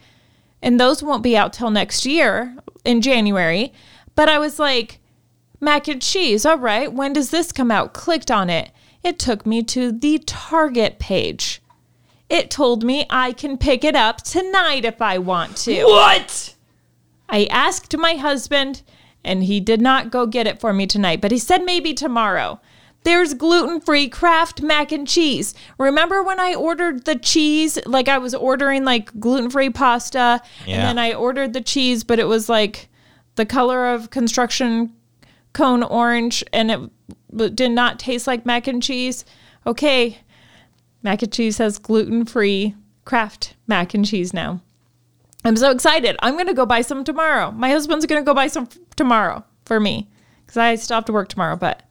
and those won't be out till next year in January. But I was like, mac and cheese, all right, when does this come out? Clicked on it. It took me to the Target page. It told me I can pick it up tonight if I want to.
What?
I asked my husband, and he did not go get it for me tonight, but he said maybe tomorrow. There's gluten free Kraft mac and cheese. Remember when I ordered the cheese? Like I was ordering like gluten free pasta,
Yeah.
and then I ordered the cheese, but it was like the color of construction cone orange, and it w- did not taste like mac and cheese. Okay, mac and cheese has gluten free Kraft mac and cheese now. I'm so excited. I'm going to go buy some tomorrow. My husband's going to go buy some f- tomorrow for me because I still have to work tomorrow, but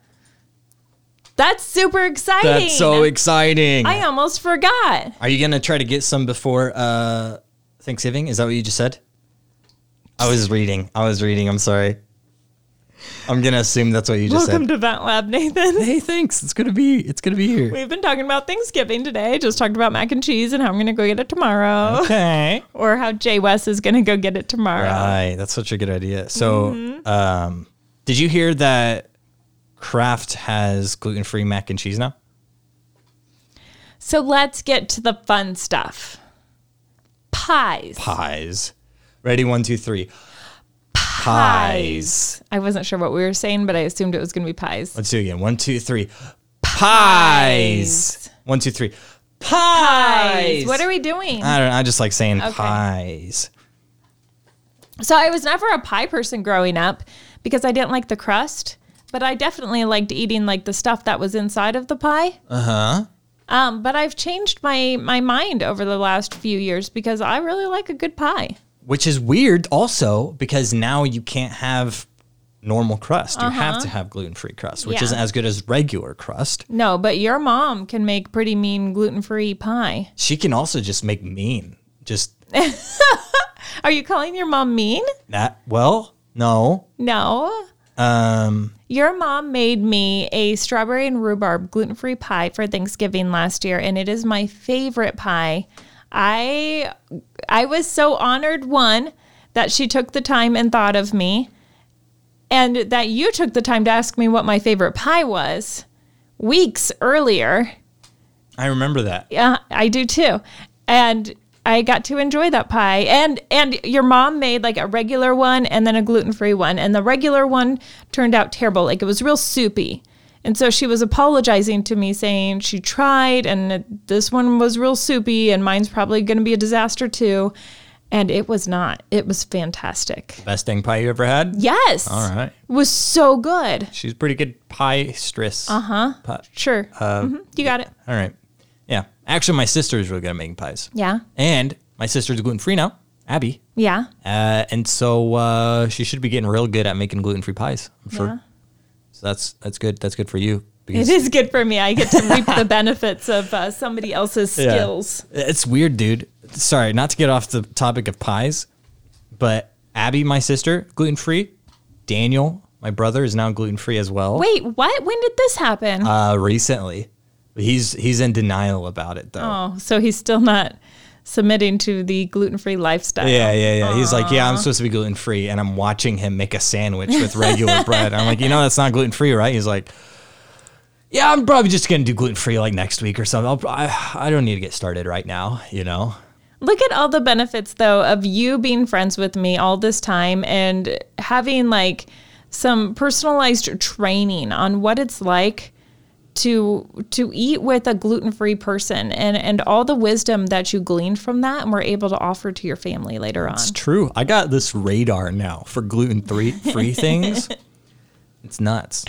that's super exciting.
That's so exciting.
I almost forgot.
Are you gonna try to get some before uh, Thanksgiving? Is that what you just said? I was reading. I was reading. I'm sorry. I'm gonna assume that's what you just
Welcome
said.
to Vent Lab, Nathan. (laughs)
hey, thanks. It's gonna be. It's gonna be here.
We've been talking about Thanksgiving today. Just talked about mac and cheese and how I'm going to go get it tomorrow,
(laughs) Uh-huh. Okay.
or how Jay West is going to go get it tomorrow.
Right. That's such a good idea. So,
Mm-hmm.
um, did you hear that Kraft has gluten-free mac and cheese now?
So let's get to the fun stuff. Pies.
Pies. Ready? One, two, three. Pies.
I wasn't sure what we were saying, but I assumed it was going to be pies.
Let's do it again. One, two, three. Pies. One, two, three. Pies. Uh,
What are we doing?
I don't know. I just like saying pies.
So I was never a pie person growing up because I didn't like the crust, but I definitely liked eating like the stuff that was inside of the pie. Uh huh. Um, but I've changed my my mind over the last few years because I really like a good pie.
which is weird also because now you can't have normal crust. You have to have gluten free crust, which
Uh-huh. Yeah.
isn't as good as regular crust.
No, but your mom can make pretty mean gluten free pie.
She can also just make mean. Just
Are you calling your mom mean?
that. Well, no.
No.
Um,
Your mom made me a strawberry and rhubarb gluten free pie for Thanksgiving last year, and it is my favorite pie. I I was so honored one that she took the time and thought of me, and that you took the time to ask me what my favorite pie was weeks earlier.
I remember that.
Yeah, I do too. And I got to enjoy that pie. And and your mom made like a regular one and then a gluten-free one. And the regular one turned out terrible. Like it was real soupy. And so she was apologizing to me saying she tried and it- this one was real soupy and mine's probably going to be a disaster too. And it was not. It was fantastic.
Best dang pie you ever had?
Yes.
All right.
Was so good.
She's pretty good pie stress. Uh
Uh-huh.
huh.
Sure.
Uh,
Mhm. You got it.
All right. Yeah. Actually, my sister is really good at making pies.
Yeah.
And my sister's gluten free now, Abby.
Yeah.
Uh, and so uh, she should be getting real good at making gluten free pies. I'm sure.
Yeah.
So that's that's good. That's good for you.
It is good for me. I get to reap the benefits of uh, somebody else's
Yeah.
skills.
It's weird, dude. Sorry, not to get off the topic of pies, but Abby, my sister, gluten free. Daniel, my brother, is now gluten free as well.
Wait, what? When did this happen?
Uh, recently, he's he's in denial about it
oh,
though.
so he's still not submitting to the gluten-free lifestyle.
Yeah, yeah, yeah. He's like, yeah, I'm supposed to be gluten free, and I'm watching him make a sandwich
(laughs)
with regular bread. I'm like, you know, that's not gluten free, right? He's like, yeah, I'm probably just gonna do gluten free like next week or something. I'll, pro- I I don't need to get started right now, you know.
Look at all the benefits though of you being friends with me all this time and having like some personalized training on what it's like to to eat with a gluten-free person and and all the wisdom that you gleaned from that and were able to offer to your family later on.
It's true. I got this radar now for gluten free (laughs) free things. It's nuts.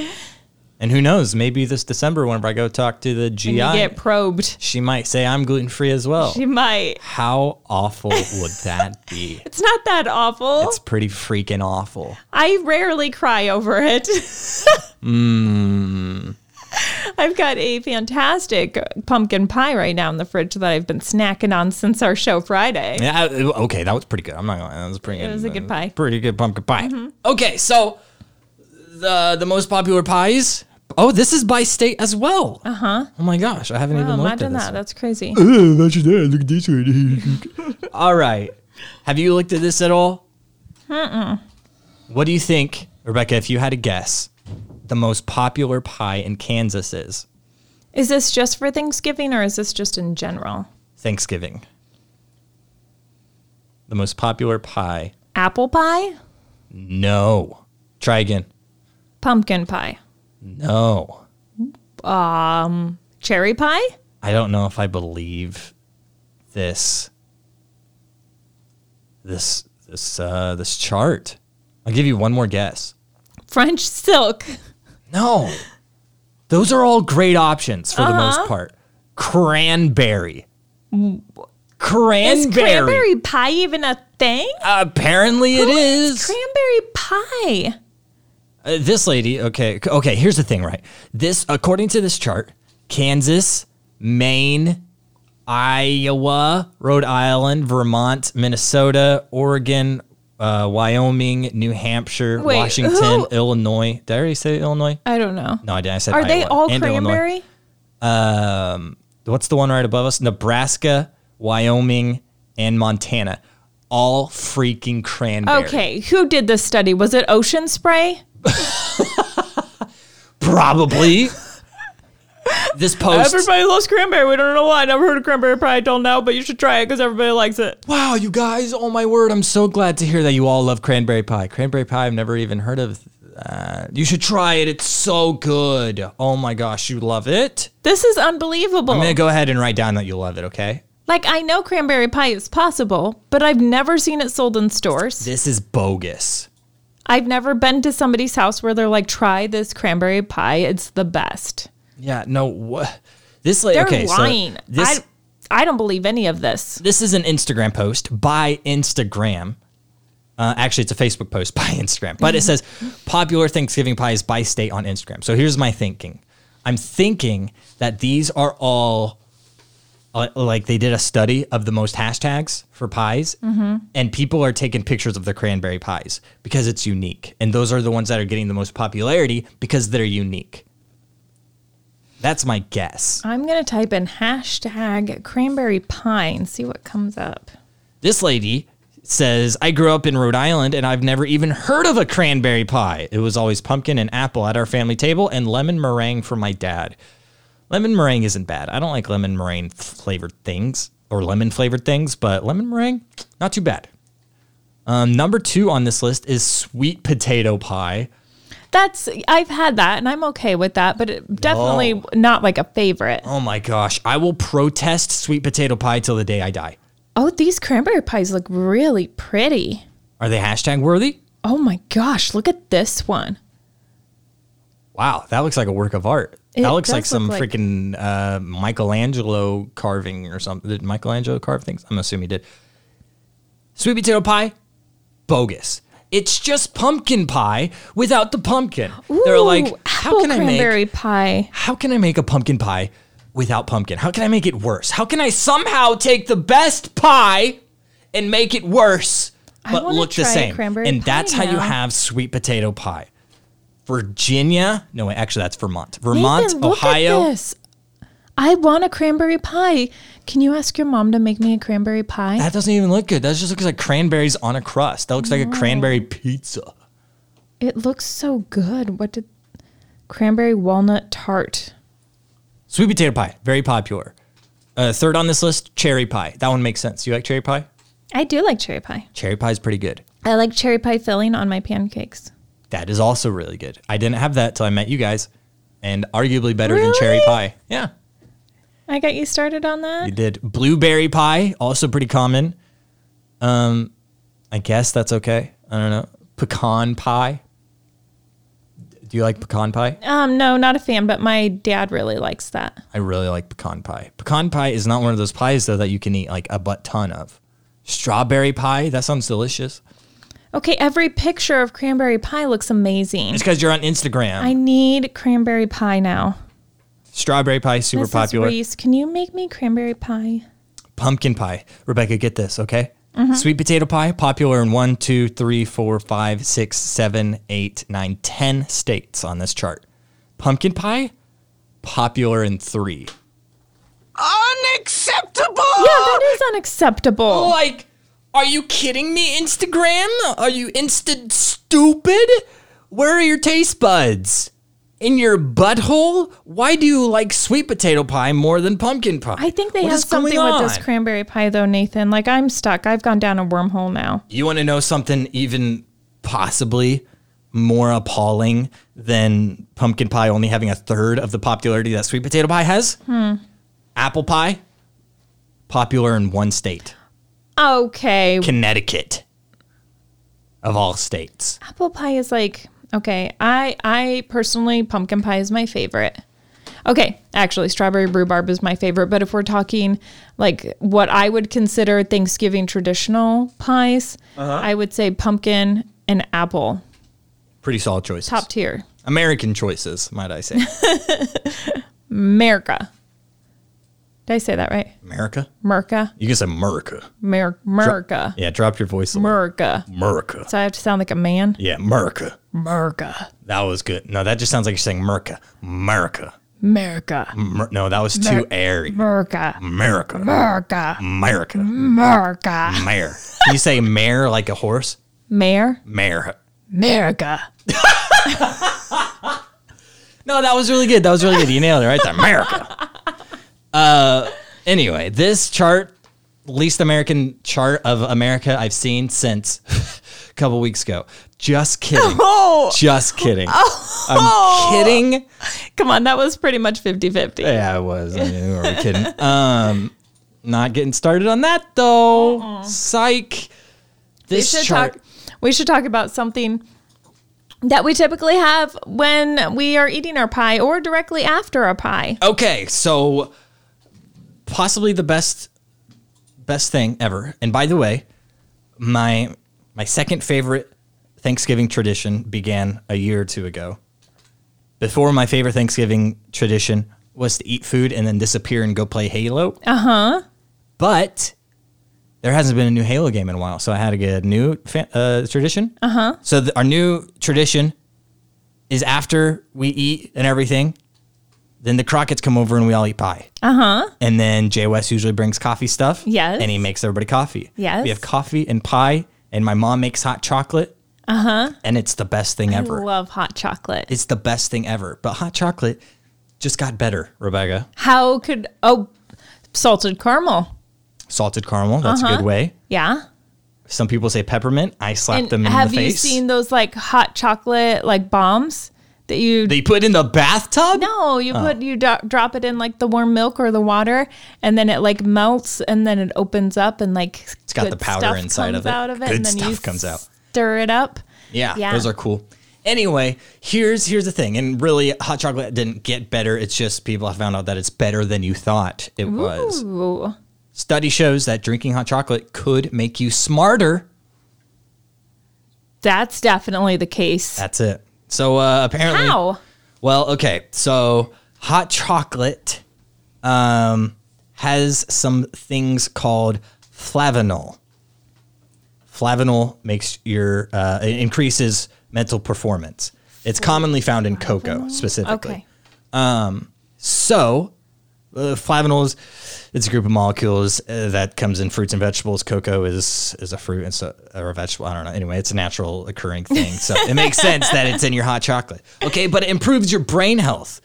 And who knows? Maybe this December, whenever I go talk to the GI,
And you get probed.
she might say I'm gluten free as well.
She might.
How awful would that be?
(laughs) It's not that awful.
It's pretty freaking awful.
I rarely cry over it. (laughs)
Hmm.
I've got a fantastic pumpkin pie right now in the fridge that I've been snacking on since our show Friday.
Yeah, I- okay, that was pretty good. I'm not gonna lie, that was pretty. It
was a good pie. Mm-hmm.
Pretty good pumpkin pie. Okay, so the the most popular pies. Oh, this is by state as well. Uh huh. Oh my gosh, I haven't
Oh,
even looked at
Uh-huh. imagine
this.
that.
one.
That's crazy.
(laughs) Imagine that. Look at this one. (laughs) all right. Have you looked at this at all? Mm-mm. What do you think, Rebecca? If you had to guess, the most popular pie in Kansas is
Is this just for Thanksgiving or is this just in general?
Thanksgiving. The most popular pie.
Apple pie?
No. Try again.
Pumpkin pie.
No.
Cherry pie?
I don't know if I believe this this this uh this chart. I'll give you one more guess.
French
(laughs)
silk.
No. Those are all great options for the
Uh-huh.
most part. Cranberry.
Is
Cranberry.
cranberry pie even a thing?
Apparently it is.
Cranberry pie.
Uh, this lady, okay, c- okay. Here's the thing, right? This, according to this chart, Kansas, Maine, Iowa, Rhode Island, Vermont, Minnesota, Oregon, uh, Wyoming, New Hampshire,
Wait,
Washington,
who-
Illinois. Did I already say Illinois?
I don't know.
No, I didn't. I said
Are
Iowa
they all
and Illinois. Um,
cranberry?
What's the one right above us? Nebraska, Wyoming, and Montana. All freaking cranberry.
Okay, who did this study? Was it Ocean Spray? (laughs)
Probably. this post.
loves cranberry. We don't know why. Never heard of cranberry pie till now, but you should try it because everybody likes it.
Wow, you guys, oh my word, I'm so glad to hear that you all love cranberry pie. Cranberry pie, I've never even heard of that. You should try it, it's so good. Oh my gosh, you love it?
This is unbelievable.
I'm gonna go ahead and write down that you love it, okay?
like I know cranberry pie is possible, but I've never seen it sold in stores.
This is bogus.
I've never been to somebody's house where they're like, "Try this cranberry pie. It's the best."
Yeah, no, what? This like
They're
okay,
lying.
so this
I I don't believe any of this.
this is an Instagram post by Instagram. Uh, actually, it's a Facebook post (laughs) by Instagram, but it says popular Thanksgiving pies by state on Instagram. So here's my thinking I'm thinking that these are all uh, like they did a study of the most hashtags for pies, and people are taking pictures of their cranberry pies because it's unique. And those are the ones that are getting the most popularity because they're unique. That's my guess.
I'm gonna type in hashtag cranberry pie and see what comes up.
This lady says, I grew up in Rhode Island and I've never even heard of a cranberry pie. It was always pumpkin and apple at our family table and lemon meringue for my dad. Lemon meringue isn't bad. I don't like lemon meringue flavored things or lemon flavored things, but lemon meringue, not too bad. Um, number two on this list is sweet potato pie.
That's I've had that and I'm okay with that, but it, definitely
No.
not like a favorite.
Oh my gosh. I will protest sweet potato pie till the day I die.
Oh, these cranberry pies look really pretty.
Are they hashtag worthy?
Oh my gosh, look at this one.
Wow, that looks like a work of art.
It
that looks
does
like some
look like-
freaking uh, Michelangelo carving or something. Did Michelangelo carve things? I'm assuming he did. Sweet potato pie, bogus. It's just pumpkin pie without the pumpkin. They're
Ooh,
like, how
apple
can I
cranberry
make
pie?
how can I make a pumpkin pie without pumpkin? How can I make it worse? How can I somehow take the best pie and make it worse but
wanna
look the
try a
same?
cranberry
And
pie
that's how you
now.
have sweet potato pie. Virginia, no, wait, actually that's Vermont. Vermont,
Nathan, look at
Ohio.
this. I want a cranberry pie. Can you ask your mom to make me a cranberry pie?
That doesn't even look good. That just looks like cranberries on a crust. That looks like a cranberry pizza.
it looks so good. What did cranberry walnut tart?
Sweet potato pie, very popular. Uh, third on this list, cherry pie. That one makes sense. You like cherry pie?
I do like cherry pie.
Cherry pie is pretty good.
I like cherry pie filling on my pancakes.
That is also really good. I didn't have that till I met you guys, and arguably better than cherry
Really?
pie. Yeah,
I got you started on that.
you did blueberry pie, also pretty common. Um, I guess that's okay. I don't know pecan pie. Do you like pecan pie?
Um, no, not a fan, but my dad really likes that.
I really like pecan pie. Pecan pie is not one of those pies though that you can eat like a butt ton of. Strawberry pie, that sounds delicious.
Okay, every picture of cranberry pie looks amazing.
It's because you're on Instagram.
I need cranberry pie now.
Strawberry pie, super
Mrs.
popular.
Reese, can you make me cranberry pie?
pumpkin pie. Rebecca, get this, okay?
Mm-hmm.
Sweet potato pie, popular in one, two, three, four, five, six, seven, eight, nine, ten states on this chart. Pumpkin pie, popular in three.
Unacceptable!
Ah!
Yeah, that is unacceptable.
Like, are you kidding me, Instagram? Are you instant stupid? Where are your taste buds? In your butthole? Why do you like sweet potato pie more than pumpkin pie?
I think they
What
have
is going
something with this
on?
cranberry pie, though, Nathan. Like, I'm stuck. I've gone down a wormhole now.
You want to know something even possibly more appalling than pumpkin pie only having a third of the popularity that sweet potato pie has?
Hmm.
Apple pie, popular in one state,
Okay.
Connecticut, of all states.
apple pie is like, okay, I, I personally, pumpkin pie is my favorite. Okay, actually, strawberry rhubarb is my favorite. But if we're talking like what I would consider Thanksgiving traditional pies, I would say pumpkin and apple,
Pretty solid choices.
top tier.
American choices, might I say.
(laughs) America. Did I say that right?
America?
Merca.
You can say America.
Mer- Merca.
Yeah, drop your voice a little.
Merca.
America.
So I have to sound like a man?
Yeah, America.
Merca.
That was good. No, that just sounds like you're saying Merca. America.
Merca.
Mer- no, that was too airy.
Merca.
America.
Merca.
America.
Merca.
Mare. You say mare like a horse?
Mayor?
Mare.
Merca.
No, that was really good. That was really good. You nailed it right there. America. Uh, anyway, this chart, least American chart of America I've seen since (laughs) a couple weeks ago. Just kidding.
(laughs) Oh,
Just kidding. I'm kidding.
Come on, that was pretty much 50 50.
Yeah, I was. I mean, were we kidding? Um, not getting started on that though. Psych.
We
This
should
chart.
talk. We should talk about something that we typically have when we are eating our pie or directly after our pie.
Okay, so possibly the best best thing ever. And by the way, my my second favorite Thanksgiving tradition began a year or two ago. Before my favorite Thanksgiving tradition was to eat food and then disappear and go play Halo. Uh-huh. But there hasn't been a new Halo game in a while, so I had to get a new fa- uh, tradition. Uh-huh. So th- our new tradition is after we eat and everything, then the Crockett's come over and we all eat pie. Uh huh. And then Jay West usually brings coffee stuff.
Yes.
And he makes everybody coffee.
Yes.
We have coffee and pie, and my mom makes hot chocolate. Uh huh. And it's the best thing
Uh-huh. I
ever.
love hot chocolate.
it's the best thing ever. But hot chocolate just got better, Rebecca.
How could oh salted caramel?
Salted caramel, that's
Uh-huh.
a good way.
Yeah.
Some people say peppermint. I slap them in
have
the face.
you seen those like hot chocolate like bombs that you
they put in the bathtub?
No, you
Oh.
put you do- drop it in like the warm milk or the water, and then it like melts, and then it opens up, and like it's
got the powder inside of it.
Out of it
Good
and then you
stuff comes out.
Stir it up.
Yeah,
Yeah.
those are cool. Anyway, here's here's the thing, and really, hot chocolate didn't get better. It's just people have found out that it's better than you thought it was.
Ooh.
Study shows that drinking hot chocolate could make you smarter.
That's definitely the case.
That's it. So uh, apparently,
How?
Well, okay. So hot chocolate um, has some things called flavanol. Flavanol makes your uh, it increases mental performance. It's commonly found in cocoa specifically.
Okay.
So, uh, flavanols, it's a group of molecules uh, that comes in fruits and vegetables. Cocoa is is a fruit and so, or a vegetable. I don't know. Anyway, it's a natural occurring thing, so it makes sense that it's in your hot chocolate. Okay, but it improves your brain health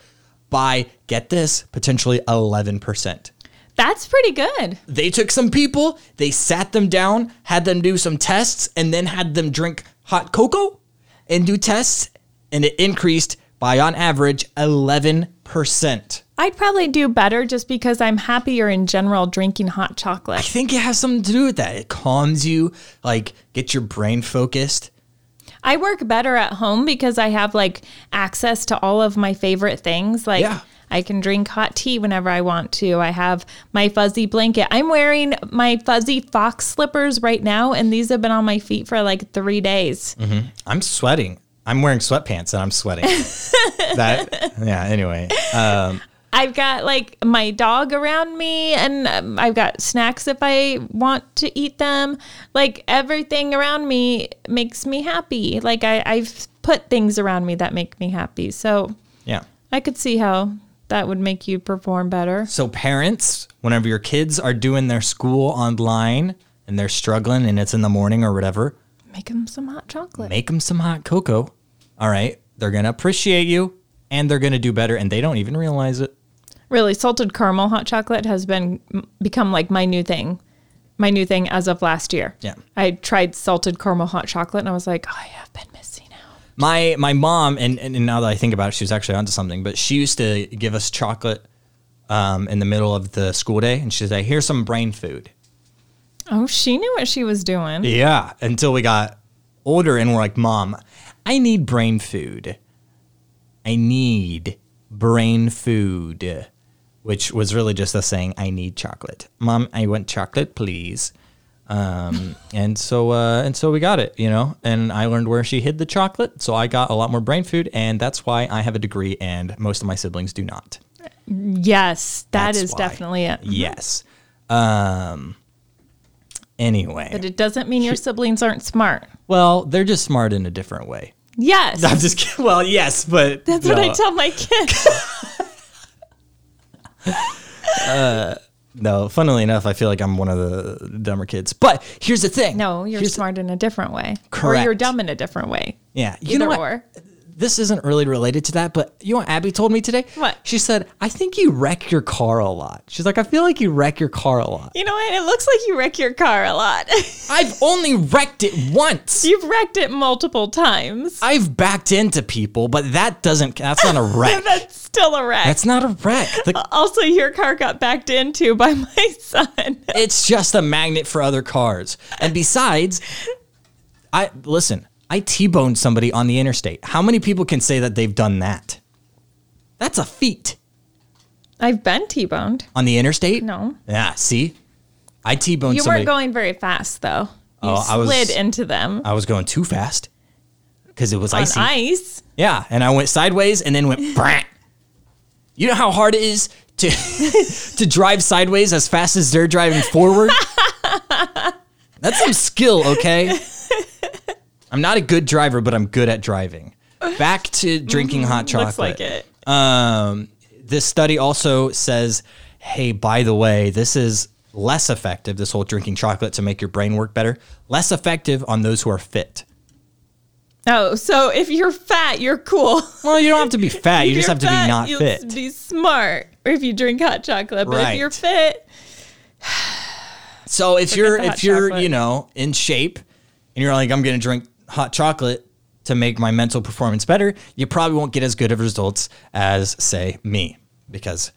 by get this potentially eleven percent.
That's pretty good.
They took some people, they sat them down, had them do some tests, and then had them drink hot cocoa and do tests, and it increased by on average eleven percent.
I'd probably do better just because I'm happier in general drinking hot
I
chocolate.
think it has something to do with that. It calms you, like gets your brain focused.
I work better at home because I have like access to all of my favorite things. Like
Yeah.
I can drink hot tea whenever I want to. I have my fuzzy blanket. I'm wearing my fuzzy fox slippers right now, and these have been on my feet for like three days.
I'm sweating. I'm wearing sweatpants and I'm sweating. that yeah. Anyway, um,
I've got like my dog around me, and um, I've got snacks if I want to eat them. Like everything around me makes me happy. Like I, I've put things around me that make me happy. So
yeah.
I could see how that would make you perform better.
So parents, whenever your kids are doing their school online and they're struggling and it's in the morning or whatever,
Make them some hot chocolate.
make them some hot cocoa. All right, they're gonna appreciate you and they're gonna do better, and they don't even realize it.
really, salted caramel hot chocolate has been m- become like my new thing. My new thing as of last year.
Yeah.
I tried salted caramel hot chocolate and I was like, oh, I have been missing out.
my my mom and, and now that I think about it, she was actually onto something. But she used to give us chocolate um, in the middle of the school day, and she'd say, "Here's some brain food."
Oh, she knew what she was doing.
Yeah. Until we got older, and we're like, "Mom, I need brain food. I need brain food," which was really just us saying, "I need chocolate, Mom. I want chocolate, please." Um, (laughs) and so, uh, and so we got it, you know, and I learned where she hid the chocolate. So I got a lot more brain food and that's why I have a degree and most of my siblings do not.
Yes, that
That's
is
why.
definitely it.
Yes. Um, anyway,
But it doesn't mean your siblings aren't smart.
well, they're just smart in a different way.
Yes.
I'm just kidding. (laughs) Well, yes, but
(laughs) That's what I tell my kids.
No, funnily enough, I feel like I'm one of the dumber kids. But here's the thing.
no, you're
Here's the-
smart in a different way. Or you're
Correct.
dumb in a different way.
yeah, you
Either
know what?
or.
This isn't really related to that, but you know what Abby told me today?
What?
She said, I think you wreck your car a lot. She's like, I feel like you wreck your car a lot.
You know what? It looks like you wreck your car a lot. (laughs)
I've only wrecked it once.
You've wrecked it multiple times. (laughs)
I've backed into people, but that doesn't, that's not a wreck.
That's still a wreck.
that's not a wreck. The-
also, your car got backed into by (laughs) my son.
it's just a magnet for other cars. And besides, I listen, I T-boned somebody on the interstate. How many people can say that they've done that? That's a feat
I've been T-boned.
on the interstate.
No.
Yeah. See, I T-boned
You
somebody.
weren't going very fast though. You
Oh, I was-
slid into them
I was going too fast because it was
on
icy.
ice.
Yeah, and I went sideways and then went brant. You know how hard it is to to drive sideways as fast as they're driving forward? That's some skill, okay? I'm not a good driver, but I'm good at driving. Back to drinking hot chocolate.
Looks like it.
Um, this study also says, hey, by the way, this is less effective, this whole drinking chocolate to make your brain work better, less effective on those who are fit.
Oh, so if you're fat, you're
(laughs)
cool.
Well, you don't have to be fat, you
If
just
you're
have to
fat,
be not
you'll
fit.
Be smart if you drink hot chocolate, but
Right.
if you're fit,
So if you're
the hot
if you're
chocolate.
you know in shape and you're like I'm gonna drink hot chocolate to make my mental performance better, you probably won't get as good of results as say me because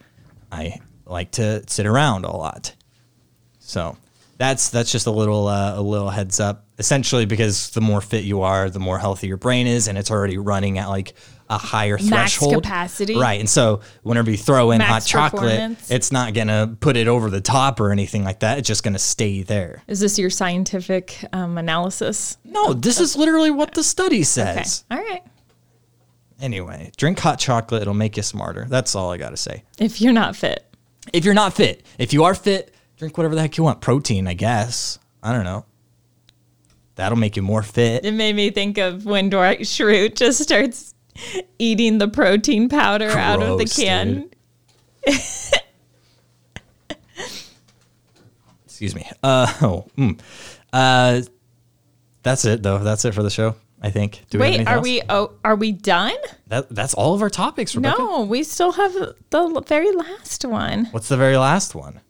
I like to sit around a lot. So that's that's just a little uh, a little heads up. Essentially, because the more fit you are, the more healthy your brain is, and it's already running at like a higher
Max
threshold
capacity.
right? And so whenever you throw in hot
Max
chocolate,
performance.
it's not gonna put it over the top or anything like that. It's just gonna stay there.
is this your scientific um, analysis?
No, this is literally what the study
Okay.
says.
All right.
Anyway, drink hot chocolate; it'll make you smarter. That's all I gotta say.
If you're not fit,
If you're not fit, if you are fit, drink whatever the heck you want. Protein, I guess. I don't know. That'll make you more fit.
it made me think of when Dwight Schrute just starts eating the protein powder out of the
Gross,
can.
dude. Excuse me. Uh, (laughs) oh, mm. uh, that's it though. That's it for the show. I think. Do we have
Wait,
anything
are
else?
we oh, are we done?
That, that's all of our topics, Rebecca.
No, we still have the very last one.
What's the very last one?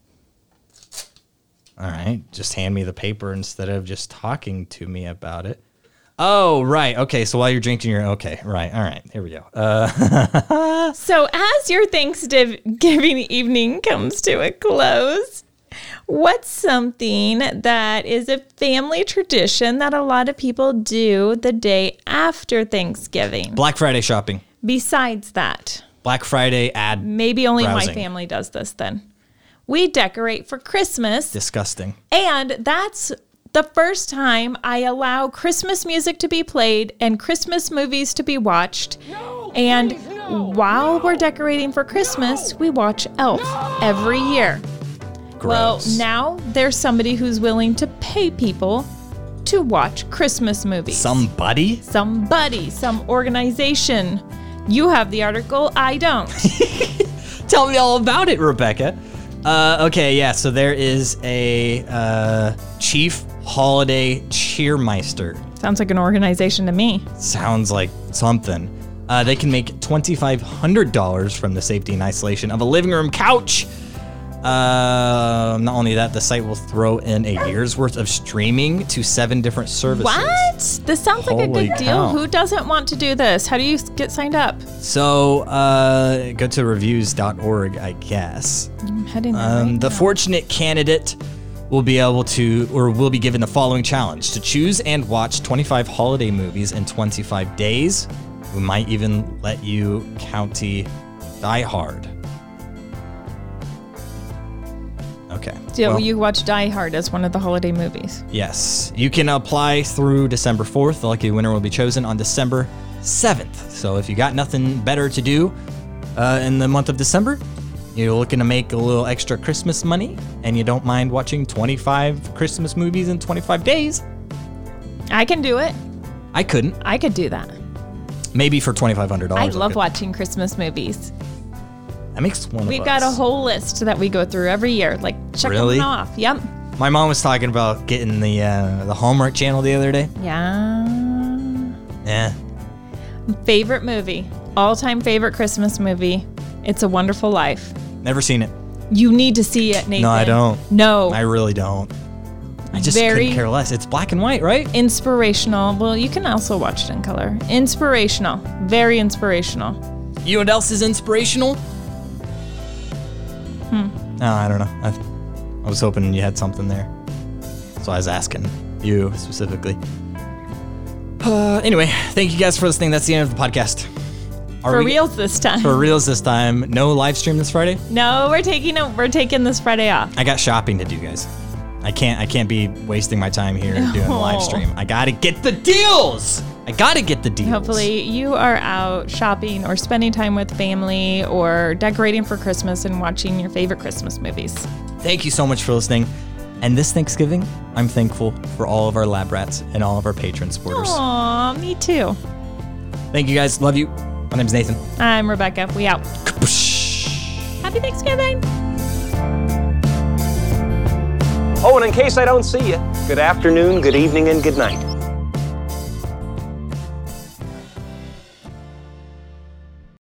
All right, just hand me the paper instead of just talking to me about it. Oh, right. Okay, so while you're drinking your okay, right. All right. Here we go. Uh,
So, as your Thanksgiving evening comes to a close, what's something that is a family tradition that a lot of people do the day after Thanksgiving?
Black Friday shopping.
Besides that,
Black Friday ad
maybe only my
Browsing.
family does this then. We decorate for Christmas,
disgusting.
and that's the first time I allow Christmas music to be played and Christmas movies to be watched. And while we're decorating for Christmas, we watch Elf every year. Well,
Gross.
now there's somebody who's willing to pay people to watch Christmas movies.
somebody
Somebody, some organization. You have the article, I
(laughs)
don't.
tell me all about it, Rebecca. Uh, okay, yeah. So there is a uh, chief holiday cheermeister.
Sounds like an organization to me.
Sounds like something. Uh, they can make $2,500 from the safety and isolation of a living room couch. Uh, not only that, the site will throw in a year's worth of streaming to seven different services.
What? This sounds like a
Holy
big deal.
cow.
Who doesn't want to do this? How do you s- get signed up?
So uh, go to reviews.org, I guess.
I'm heading there. right
Um, the
now.
fortunate candidate will be able to, or will be given the following challenge to choose and watch 25 holiday movies in 25 days. We might even let you county Die Hard. Okay.
Yeah,
well,
you watch Die Hard as one of the holiday movies.
yes. You can apply through December 4th. The lucky winner will be chosen on December 7th. So if you got nothing better to do uh, in the month of December, you're looking to make a little extra Christmas money and you don't mind watching 25 Christmas movies in 25 days,
I can do it.
I couldn't.
I could do that.
Maybe for $2,500.
I love
could.
watching Christmas movies.
That makes one of
We've got a
us.
whole list that we go through every year. Like check
Really?
them off. Yep.
My mom was talking about getting the uh, the Hallmark channel the other day. Eh,
Yeah.
Yeah.
Favorite movie. All time favorite Christmas movie. It's a Wonderful Life.
Never seen it.
You need to see it, Nathan.
No, I don't.
No.
I really don't. I just
Oh. Very-
couldn't care less. It's black and white, right?
inspirational. Well, you can also watch it in color. Inspirational. Very inspirational.
You know what else is inspirational? Hmm.
Hmm.
No, Uh, I don't know. I, th- I was hoping you had something there. So I was asking you specifically. Uh, anyway, thank you guys for listening. That's the end of the podcast. Are
For
we-
reals this time.
For reals this time. No live stream this Friday.
no, we're taking a, we're taking this Friday off.
I got shopping to do, guys. I can't. I can't be wasting my time here doing a live stream. I gotta get the deals. I gotta get the deals.
Hopefully, you are out shopping or spending time with family or decorating for Christmas and watching your favorite Christmas movies.
Thank you so much for listening. And this Thanksgiving, I'm thankful for all of our lab rats and all of our patron supporters.
Aw, me too.
Thank you guys. Love you. My name's Nathan.
I'm Rebecca. We out.
Kapoosh.
Happy Thanksgiving.
Oh, and in case I don't see you, good afternoon, good evening, and good night.